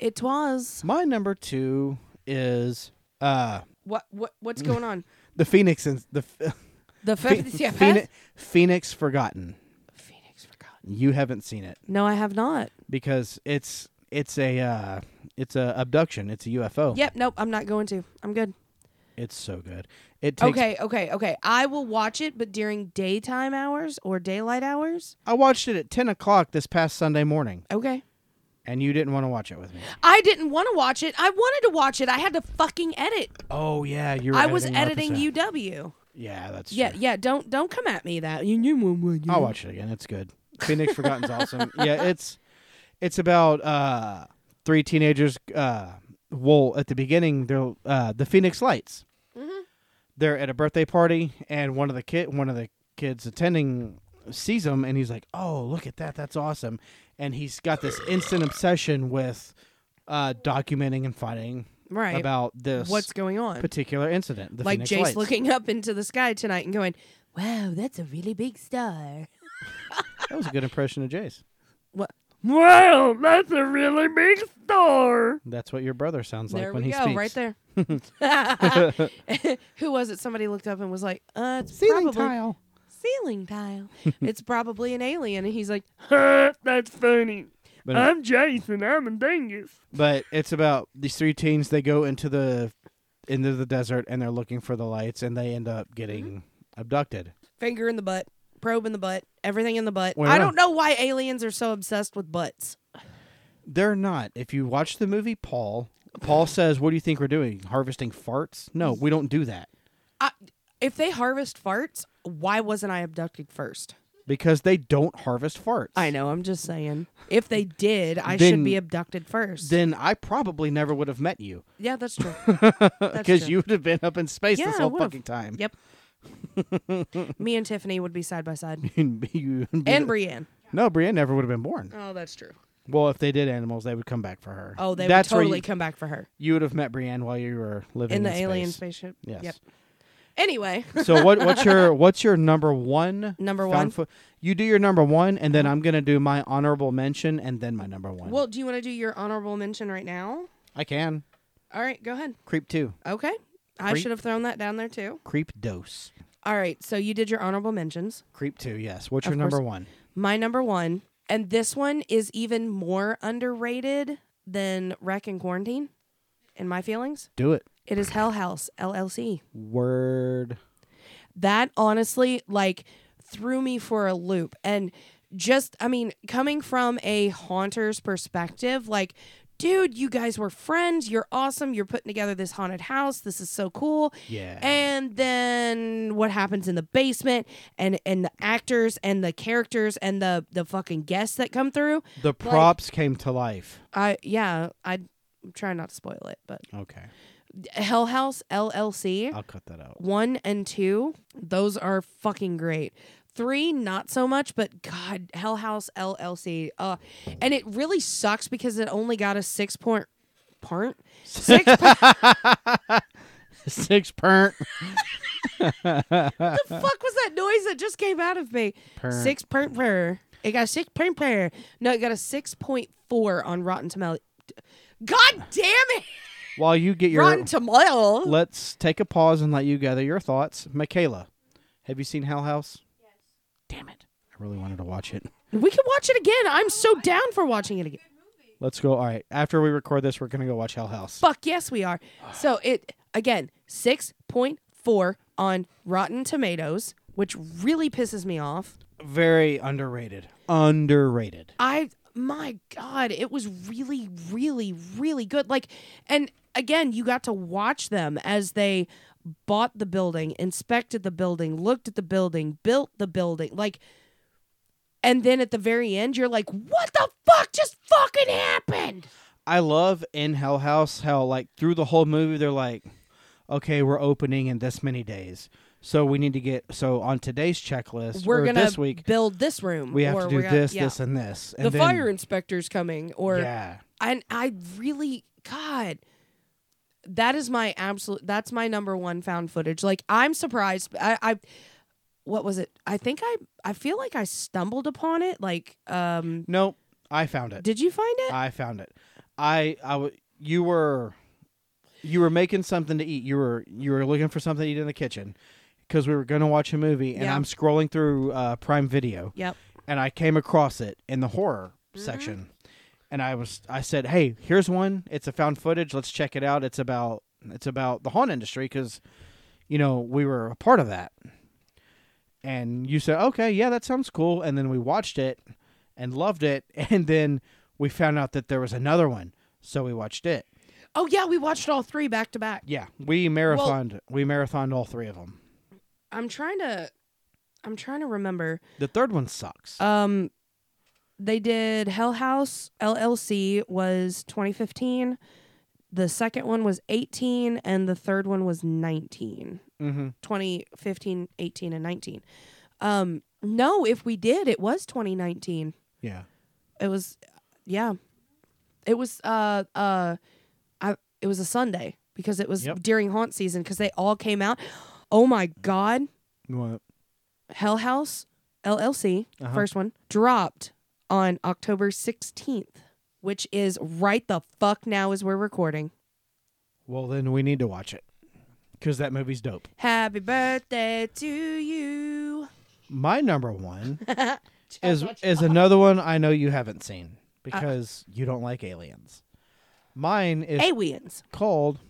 Speaker 2: It was.
Speaker 1: My number two is uh
Speaker 2: What what what's going on?
Speaker 1: the Phoenix and the f-
Speaker 2: The
Speaker 1: Phe-
Speaker 2: fifth yeah,
Speaker 1: Phoeni- Phoenix Forgotten.
Speaker 2: Phoenix forgot.
Speaker 1: You haven't seen it
Speaker 2: No, I have not.
Speaker 1: because it's it's a uh, it's a abduction. It's a UFO.
Speaker 2: Yep, nope, I'm not going to. I'm good.
Speaker 1: It's so good. It takes.
Speaker 2: okay, okay, okay. I will watch it, but during daytime hours or daylight hours.
Speaker 1: I watched it at ten o'clock this past Sunday morning,
Speaker 2: Okay.
Speaker 1: and you didn't want to watch it with me.
Speaker 2: I didn't want to watch it. I wanted to watch it. I had to fucking edit.
Speaker 1: Oh yeah, you. Were
Speaker 2: I was
Speaker 1: our
Speaker 2: editing
Speaker 1: episode.
Speaker 2: UW.
Speaker 1: Yeah, that's
Speaker 2: Yeah,
Speaker 1: true.
Speaker 2: yeah. Don't don't come at me that. You knew one would you?
Speaker 1: I'll watch it again. It's good. Phoenix Forgotten's awesome. Yeah, it's it's about uh three teenagers. Uh, well, at the beginning, they're uh the Phoenix Lights.
Speaker 2: Mm-hmm.
Speaker 1: They're at a birthday party, and one of the kid, one of the kids attending, sees them, and he's like, "Oh, look at that! That's awesome!" And he's got this instant obsession with uh documenting and finding
Speaker 2: Right.
Speaker 1: about this
Speaker 2: What's going on?
Speaker 1: particular incident. The
Speaker 2: like
Speaker 1: Phoenix
Speaker 2: Jace
Speaker 1: Lights.
Speaker 2: looking up into the sky tonight and going, "Wow, that's a really big star."
Speaker 1: That was a good impression of Jace.
Speaker 2: What?
Speaker 3: Wow, that's a really big star.
Speaker 1: That's what your brother sounds like
Speaker 2: there
Speaker 1: when
Speaker 2: we
Speaker 1: he
Speaker 2: go,
Speaker 1: speaks.
Speaker 2: right there. Who was it? Somebody looked up and was like, "Uh, it's
Speaker 1: Ceiling
Speaker 2: probably
Speaker 1: tile.
Speaker 2: ceiling tile. it's probably an alien." And he's like,
Speaker 3: Huh, that's funny.
Speaker 1: But- uh,
Speaker 3: I'm Jason. I'm a dingus.
Speaker 1: But it's about these three teens. They go into the into the desert and they're looking for the lights, and they end up getting
Speaker 2: Mm-hmm.
Speaker 1: abducted.
Speaker 2: "Finger in the butt, probe in the butt, everything in the butt."
Speaker 1: Well,
Speaker 2: I
Speaker 1: yeah.
Speaker 2: don't know why aliens are so obsessed with butts.
Speaker 1: They're not. If you watch the movie Paul, Paul says, "What do you think we're doing? Harvesting farts? No, we don't do that
Speaker 2: I, if they harvest farts, why wasn't I abducted first?
Speaker 1: because they don't harvest farts."
Speaker 2: I know. I'm just saying. If they did, I should
Speaker 1: Then-
Speaker 2: be abducted first.
Speaker 1: Then I probably never would have met you
Speaker 2: yeah, that's true. That's
Speaker 1: because
Speaker 2: true.
Speaker 1: you would have been up in space
Speaker 2: Yeah,
Speaker 1: this
Speaker 2: I
Speaker 1: whole
Speaker 2: would've.
Speaker 1: fucking time.
Speaker 2: Yep. Me and Tiffany would be side by side,
Speaker 1: You'd be- you'd be
Speaker 2: and
Speaker 1: the-
Speaker 2: Brienne.
Speaker 1: no, Brienne never would have been born.
Speaker 2: Oh, that's true.
Speaker 1: Well, if they did animals, they would come back for her.
Speaker 2: Oh, they
Speaker 1: That's
Speaker 2: would
Speaker 1: where you-
Speaker 2: totally come back for her
Speaker 1: You would have met Brienne while you were living
Speaker 2: in,
Speaker 1: in,
Speaker 2: the alien
Speaker 1: space.
Speaker 2: spaceship.
Speaker 1: Yes.
Speaker 2: Yep. Anyway,
Speaker 1: so what? What's your what's your number one?
Speaker 2: Number
Speaker 1: found
Speaker 2: one?
Speaker 1: fo- you do your number one, and then I'm gonna do my honorable mention, and then my number one.
Speaker 2: well, do you want to do your honorable mention right now?
Speaker 1: I can
Speaker 2: All right, go ahead.
Speaker 1: creep two,
Speaker 2: Okay. I
Speaker 1: Creep.
Speaker 2: should have thrown that down there too.
Speaker 1: creep dose,
Speaker 2: All right, so you did your honorable mentions.
Speaker 1: creep two. Yes. What's
Speaker 2: Of
Speaker 1: your number
Speaker 2: course.
Speaker 1: one?
Speaker 2: My number one, and this one is even more underrated than Wreck and Quarantine, in my feelings.
Speaker 1: Do it.
Speaker 2: It is Hell House LLC.
Speaker 1: Word.
Speaker 2: that honestly like threw me for a loop and just I mean, coming from a haunter's perspective, like, dude, you guys were friends. You're awesome. You're putting together this haunted house. This is so cool.
Speaker 1: Yeah.
Speaker 2: And then what happens in the basement and and the actors and the characters and the the fucking guests that come through.
Speaker 1: the props came to life.
Speaker 2: I yeah, I try not to spoil it, but
Speaker 1: Okay.
Speaker 2: Hell House LLC
Speaker 1: I'll cut that out.
Speaker 2: one and two those are fucking great three not so much but god hell house llc uh and it really sucks because it only got a six point part six what
Speaker 1: Six pernt.
Speaker 2: the fuck was that noise that just came out of me
Speaker 1: Pernt.
Speaker 2: six point per it got a six point per no it got a 6.4 on rotten tomato god damn it
Speaker 1: While you get your
Speaker 2: rotten tomato
Speaker 1: let's take a pause and let you gather your thoughts. Michaela, have you seen Hell House? Yes. Damn it. I really wanted to watch it.
Speaker 2: we can watch it again i'm so down for watching it again
Speaker 1: Let's go. All right. After we record this, we're going to go watch Hell House.
Speaker 2: Fuck yes, we are. So it again six point four on Rotten Tomatoes, which really pisses me off.
Speaker 1: Very underrated. Underrated.
Speaker 2: I my god, it was really, really, really good. Like, and again, you got to watch them as they bought the building, inspected the building, looked at the building, built the building, like. And then at the very end, you're like, "What the fuck just fucking happened?"
Speaker 1: I love in Hell House how, like, through the whole movie, they're like, okay, we're opening in this many days. So we need to get, so on today's checklist,
Speaker 2: We're
Speaker 1: or
Speaker 2: gonna
Speaker 1: this week,
Speaker 2: build this room.
Speaker 1: we have
Speaker 2: or
Speaker 1: to do
Speaker 2: we're gonna-
Speaker 1: this,
Speaker 2: yeah.
Speaker 1: this, and this. And
Speaker 2: the
Speaker 1: then-
Speaker 2: fire inspector's coming or
Speaker 1: Yeah.
Speaker 2: and i really god that is my absolute that's my number one found footage like i'm surprised i i what was it i think i i feel like i stumbled upon it like um
Speaker 1: Nope. I found it.
Speaker 2: did you find it
Speaker 1: I found it. I I w- you were you were making something to eat. You were you were looking for something to eat in the kitchen because we were going to watch a movie, and
Speaker 2: Yeah.
Speaker 1: I'm scrolling through uh, Prime Video,
Speaker 2: yep
Speaker 1: and I came across it in the horror section, and I was I said, "Hey, here's one. It's a found footage. Let's check it out. It's about it's about the haunt industry because you know we were a part of that." And you said, "Okay, yeah, that sounds cool." And then we watched it and loved it, and then we found out that there was another one, so we watched it.
Speaker 2: oh yeah we watched all three back to back
Speaker 1: Yeah, we marathoned we marathoned all three of them.
Speaker 2: i'm trying to i'm trying to remember
Speaker 1: The third one sucks.
Speaker 2: um they did hell house llc was 2015 the second one was 18 and the third one was 19
Speaker 1: mm-hmm.
Speaker 2: 2015, 18, and 19. Um, no, if we did, it was 2019.
Speaker 1: Yeah,
Speaker 2: It was, yeah, it was. Uh, uh, I it was a Sunday because it was
Speaker 1: Yep.
Speaker 2: during haunt season because they all came out. Oh my God,
Speaker 1: What?
Speaker 2: Hell House LLC
Speaker 1: Uh-huh.
Speaker 2: first one dropped on October 16th, which is right the fuck now as we're recording.
Speaker 1: well then we need to watch it because that movie's dope.
Speaker 2: Happy birthday to you.
Speaker 1: My number one is is another one I know you haven't
Speaker 2: Uh.
Speaker 1: seen because you don't like aliens. Mine is
Speaker 2: Aliens.
Speaker 1: called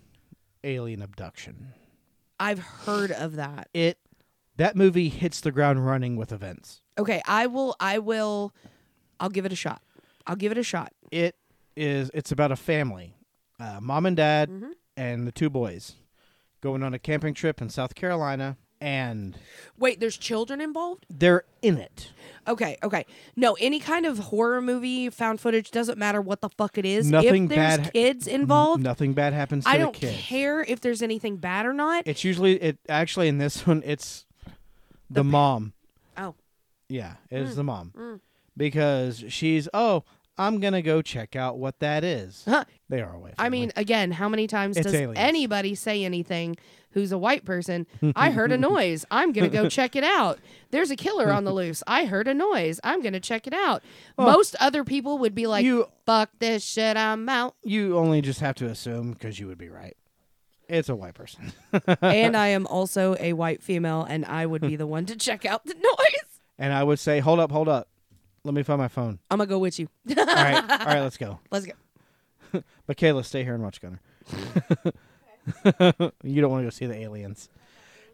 Speaker 1: Alien Abduction.
Speaker 2: I've heard of that.
Speaker 1: It that movie hits the ground running with events.
Speaker 2: Okay, I will. I will. I'll give it a shot. I'll give it a shot.
Speaker 1: It is it's about a family, uh, mom and dad
Speaker 2: Mm-hmm.
Speaker 1: and the two boys, going on a camping trip in South Carolina, and
Speaker 2: Wait, there's children involved.
Speaker 1: they're in it.
Speaker 2: Okay, okay. No, any kind of horror movie, found footage doesn't matter what the fuck it is.
Speaker 1: Nothing
Speaker 2: if there's
Speaker 1: bad-
Speaker 2: kids involved,
Speaker 1: Nothing bad happens to
Speaker 2: I
Speaker 1: the
Speaker 2: don't
Speaker 1: kids.
Speaker 2: care if there's anything bad or not.
Speaker 1: It's usually it actually in this one it's the mom.
Speaker 2: oh,
Speaker 1: Yeah,
Speaker 2: Mm.
Speaker 1: it's the mom. Because she's, oh, I'm going to go check out what that is.
Speaker 2: Huh.
Speaker 1: They are away.
Speaker 2: I mean, again, how many times
Speaker 1: It's
Speaker 2: does
Speaker 1: aliens.
Speaker 2: anybody say anything who's a white person? I heard a noise. I'm going to go check it out. There's a killer on the loose. I heard a noise. I'm going to check it out. Most other people would be like,
Speaker 1: You-
Speaker 2: fuck this shit. I'm out.
Speaker 1: you only just have to assume because you would be right. It's a white person.
Speaker 2: and I am also a white female, and I would be the one to check out the noise.
Speaker 1: and I would say, hold up, hold up. Let me find my phone.
Speaker 2: I'm going to go with you.
Speaker 1: All right. All right, let's go.
Speaker 2: Let's go.
Speaker 1: Michaela, stay here and watch Gunner. you don't want to go see the aliens.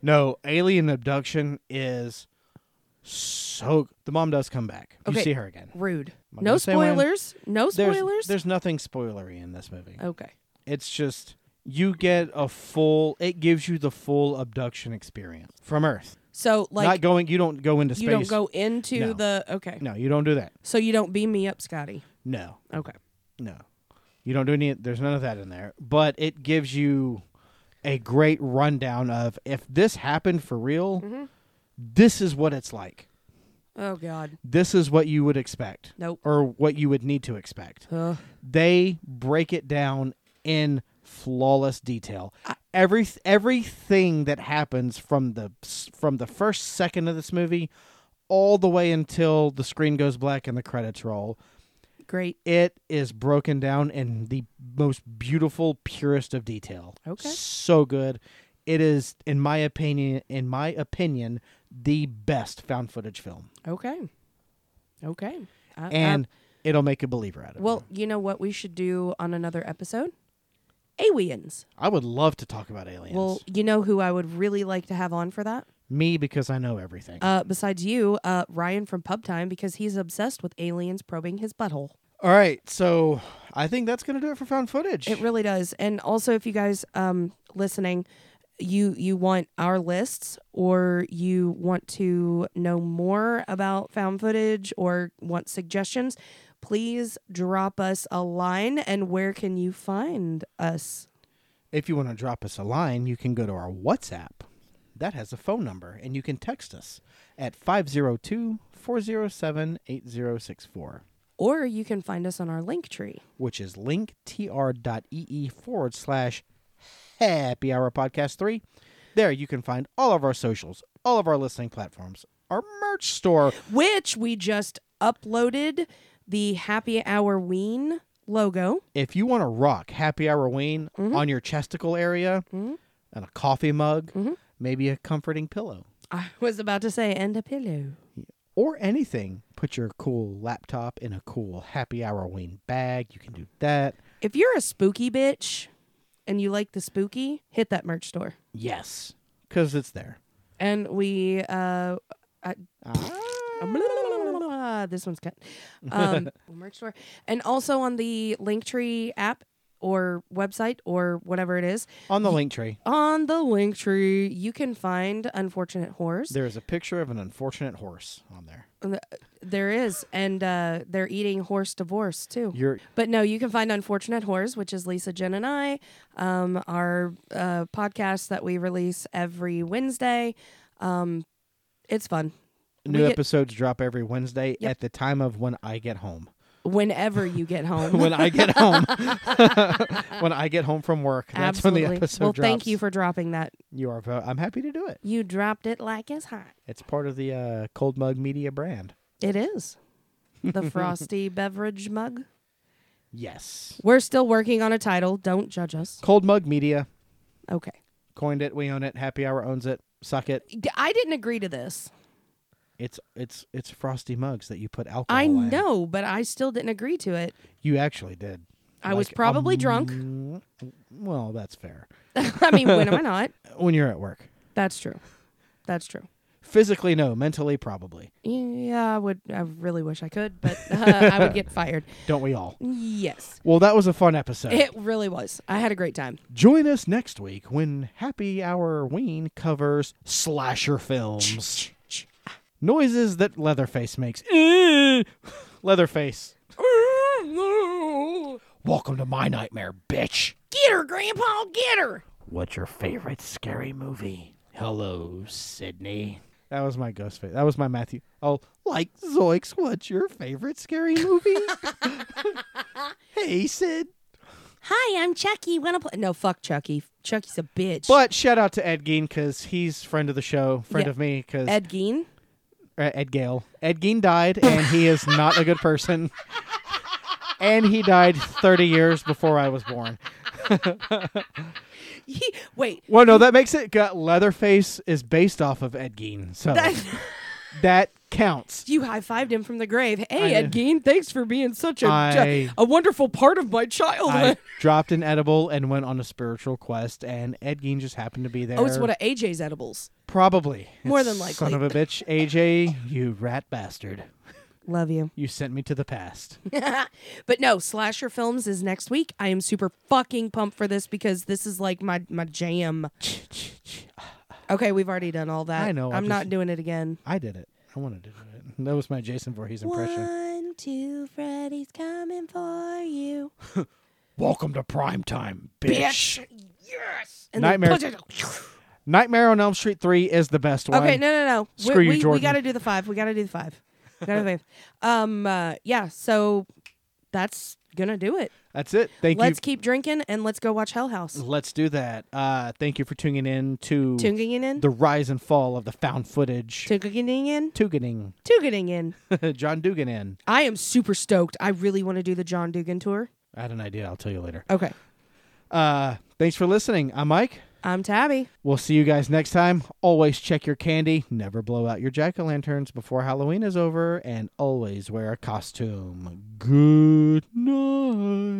Speaker 1: No, alien abduction is so the mom does come back. You
Speaker 2: Okay.
Speaker 1: see her again.
Speaker 2: Rude.
Speaker 1: I'm not
Speaker 2: No
Speaker 1: gonna say when.
Speaker 2: spoilers. No
Speaker 1: There's,
Speaker 2: spoilers.
Speaker 1: there's nothing spoilery in this movie.
Speaker 2: okay.
Speaker 1: It's just you get a full. It gives you the full abduction experience from Earth.
Speaker 2: So
Speaker 1: Not
Speaker 2: like
Speaker 1: going. You don't go into space.
Speaker 2: you don't go into
Speaker 1: No.
Speaker 2: the okay.
Speaker 1: No, you don't do that.
Speaker 2: So you don't beam me up, Scotty.
Speaker 1: No,
Speaker 2: Okay.
Speaker 1: no, you don't do any. There's none of that in there. But it gives you a great rundown of if this happened for real.
Speaker 2: Mm-hmm.
Speaker 1: This is what it's like.
Speaker 2: Oh God.
Speaker 1: This is what you would expect.
Speaker 2: Nope.
Speaker 1: Or what you would need to expect.
Speaker 2: Ugh.
Speaker 1: they break it down in flawless detail. Every everything that happens from the from the first second of this movie all the way until the screen goes black and the credits roll,
Speaker 2: Great.
Speaker 1: it is broken down in the most beautiful purest of detail.
Speaker 2: Okay.
Speaker 1: So good. It is in my opinion in my opinion the best found footage film.
Speaker 2: Okay. Okay. I- I-
Speaker 1: And it'll make a believer out of
Speaker 2: Uh, well,
Speaker 1: you.
Speaker 2: you know what we should do on another episode? Aliens.
Speaker 1: I would love to talk about aliens.
Speaker 2: Well, you know who I would really like to have on for that?
Speaker 1: Me because I know everything.
Speaker 2: Uh, besides you, uh, Ryan from Pub Time, because he's obsessed with aliens probing his butthole.
Speaker 1: All right, so I think that's gonna do it for found footage.
Speaker 2: It really does. And also, if you guys um, listening, you you want our lists, or you want to know more about found footage, or want suggestions, please drop us a line. And where can you find us?
Speaker 1: if you want to drop us a line, you can go to our WhatsApp. That has a phone number, and you can text us at 502 407 8064,
Speaker 2: Or you can find us on our link tree.
Speaker 1: which is linktr.ee forward slash happy hour podcast 3. There you can find all of our socials, all of our listening platforms, our merch store.
Speaker 2: which we just uploaded the happy hour ween logo
Speaker 1: If you want to rock Happy Hour Ween
Speaker 2: Mm-hmm.
Speaker 1: on your chesticle area and a coffee mug,
Speaker 2: Mm-hmm.
Speaker 1: maybe a comforting pillow.
Speaker 2: i was about to say and a pillow
Speaker 1: or anything. Put your cool laptop in a cool happy hour wing bag. You can do that.
Speaker 2: if you're a spooky bitch and you like the spooky hit that merch store
Speaker 1: Yes, because it's there.
Speaker 2: and we uh I,
Speaker 1: Ah.
Speaker 2: this one's cut um merch store and also on the linktree app or website or whatever it is
Speaker 1: On the link tree,
Speaker 2: on the linktree you can find unfortunate horrors
Speaker 1: there is a picture of an unfortunate horse on there.
Speaker 2: there is and uh they're eating horse divorce too
Speaker 1: You're
Speaker 2: But no, you can find Unfortunate Horrors, which is Lisa, Jen, and I, um, our uh, podcast that we release every Wednesday. Um, it's fun.
Speaker 1: new
Speaker 2: get-
Speaker 1: episodes drop every Wednesday
Speaker 2: Yep.
Speaker 1: at the time of when I get home.
Speaker 2: Whenever you get home.
Speaker 1: when I get home, when I get home from work, that's
Speaker 2: Absolutely.
Speaker 1: when the episode
Speaker 2: well,
Speaker 1: drops.
Speaker 2: thank you for dropping that.
Speaker 1: you are. vo- I'm happy to do it.
Speaker 2: You dropped it like it's hot.
Speaker 1: It's part of the uh, Cold Mug Media brand.
Speaker 2: It is. The frosty beverage mug.
Speaker 1: Yes,
Speaker 2: We're still working on a title. Don't judge us.
Speaker 1: Cold Mug Media
Speaker 2: Okay.
Speaker 1: coined it. We own it. Happy Hour owns it. Suck it.
Speaker 2: D- I didn't agree to this.
Speaker 1: It's it's it's frosty mugs that you put alcohol.
Speaker 2: I
Speaker 1: in.
Speaker 2: know, but I still didn't agree to it.
Speaker 1: you actually did.
Speaker 2: I was
Speaker 1: Like,
Speaker 2: probably
Speaker 1: um,
Speaker 2: drunk.
Speaker 1: Well, that's fair.
Speaker 2: I mean, when am I not?
Speaker 1: When you're at work,
Speaker 2: That's true. That's true.
Speaker 1: physically no, mentally probably.
Speaker 2: Yeah, I would. I really wish I could, but uh, I would get fired.
Speaker 1: Don't we all?
Speaker 2: Yes,
Speaker 1: Well, that was a fun episode.
Speaker 2: it really was. I had a great time.
Speaker 1: Join us next week when Happy Hour Ween covers slasher films. Noises that Leatherface makes. Eh. Leatherface. Welcome to my nightmare, bitch.
Speaker 2: Get her, Grandpa. Get her.
Speaker 1: What's your favorite scary movie? Hello, Sydney. That was my ghost face. That was my Matthew. Oh, like Zoinks, what's your favorite scary movie? hey, Sid.
Speaker 2: Hi, I'm Chucky. Wanna play? No, fuck Chucky. Chucky's a bitch.
Speaker 1: But shout out to Ed Gein because he's friend of the show, friend
Speaker 2: Yeah.
Speaker 1: of me, because Ed,
Speaker 2: Ed Gein.
Speaker 1: uh, Ed Gale. Ed Gein died, and he is not a good person. and he died 30 years before I was born.
Speaker 2: He- Wait.
Speaker 1: uh, Well, no, that makes it. Got Leatherface is based off of Ed Gein, so
Speaker 2: That-
Speaker 1: that counts.
Speaker 2: You high fived him from the grave.
Speaker 1: I
Speaker 2: Hey,
Speaker 1: know.
Speaker 2: Ed Gein, thanks for being such a
Speaker 1: I-
Speaker 2: a wonderful part of my
Speaker 1: I
Speaker 2: childhood.
Speaker 1: dropped an edible and went on a spiritual quest, and Ed Gein just happened to be there.
Speaker 2: oh, it's one of AJ's edibles.
Speaker 1: probably
Speaker 2: More
Speaker 1: It's
Speaker 2: than likely.
Speaker 1: Son of a bitch, AJ, you rat bastard!
Speaker 2: Love you.
Speaker 1: You sent me to the past.
Speaker 2: But no, slasher films is next week. I am super fucking pumped for this because this is like my my jam. Okay, we've already done all that.
Speaker 1: I know, I
Speaker 2: I'm not
Speaker 1: just-
Speaker 2: doing it again.
Speaker 1: I did it. I wanted to do it. That was my Jason Voorhees impression.
Speaker 2: One, two, Freddy's coming for you,
Speaker 1: Welcome to prime time, bitch.
Speaker 2: bitch. Yes. And then
Speaker 1: Nightmare-
Speaker 2: punch it-
Speaker 1: Nightmare on Elm Street three is the best one.
Speaker 2: Okay, no, no, no. We-
Speaker 1: Screw you,
Speaker 2: we, we,
Speaker 1: Jordan.
Speaker 2: got to do the five. We got to do the five. We gotta do the five. Um, uh, yeah. So that's gonna do it.
Speaker 1: That's it. Thank
Speaker 2: let's
Speaker 1: you.
Speaker 2: keep drinking and let's go watch Hell House.
Speaker 1: Let's do that. Uh, thank you for tuning in to
Speaker 2: Tuning in,
Speaker 1: the rise and fall of the found footage.
Speaker 2: tuning in,
Speaker 1: Tuganing.
Speaker 2: tuning in.
Speaker 1: John Dugan in.
Speaker 2: I am super stoked. I really want to do the John Dugan tour.
Speaker 1: I had an idea. I'll tell you later.
Speaker 2: Okay,
Speaker 1: Uh, thanks for listening. I'm Mike.
Speaker 2: I'm Tabby.
Speaker 1: We'll see you guys next time. Always check your candy. Never blow out your jack o' lanterns before Halloween is over. And always wear a costume. Good night.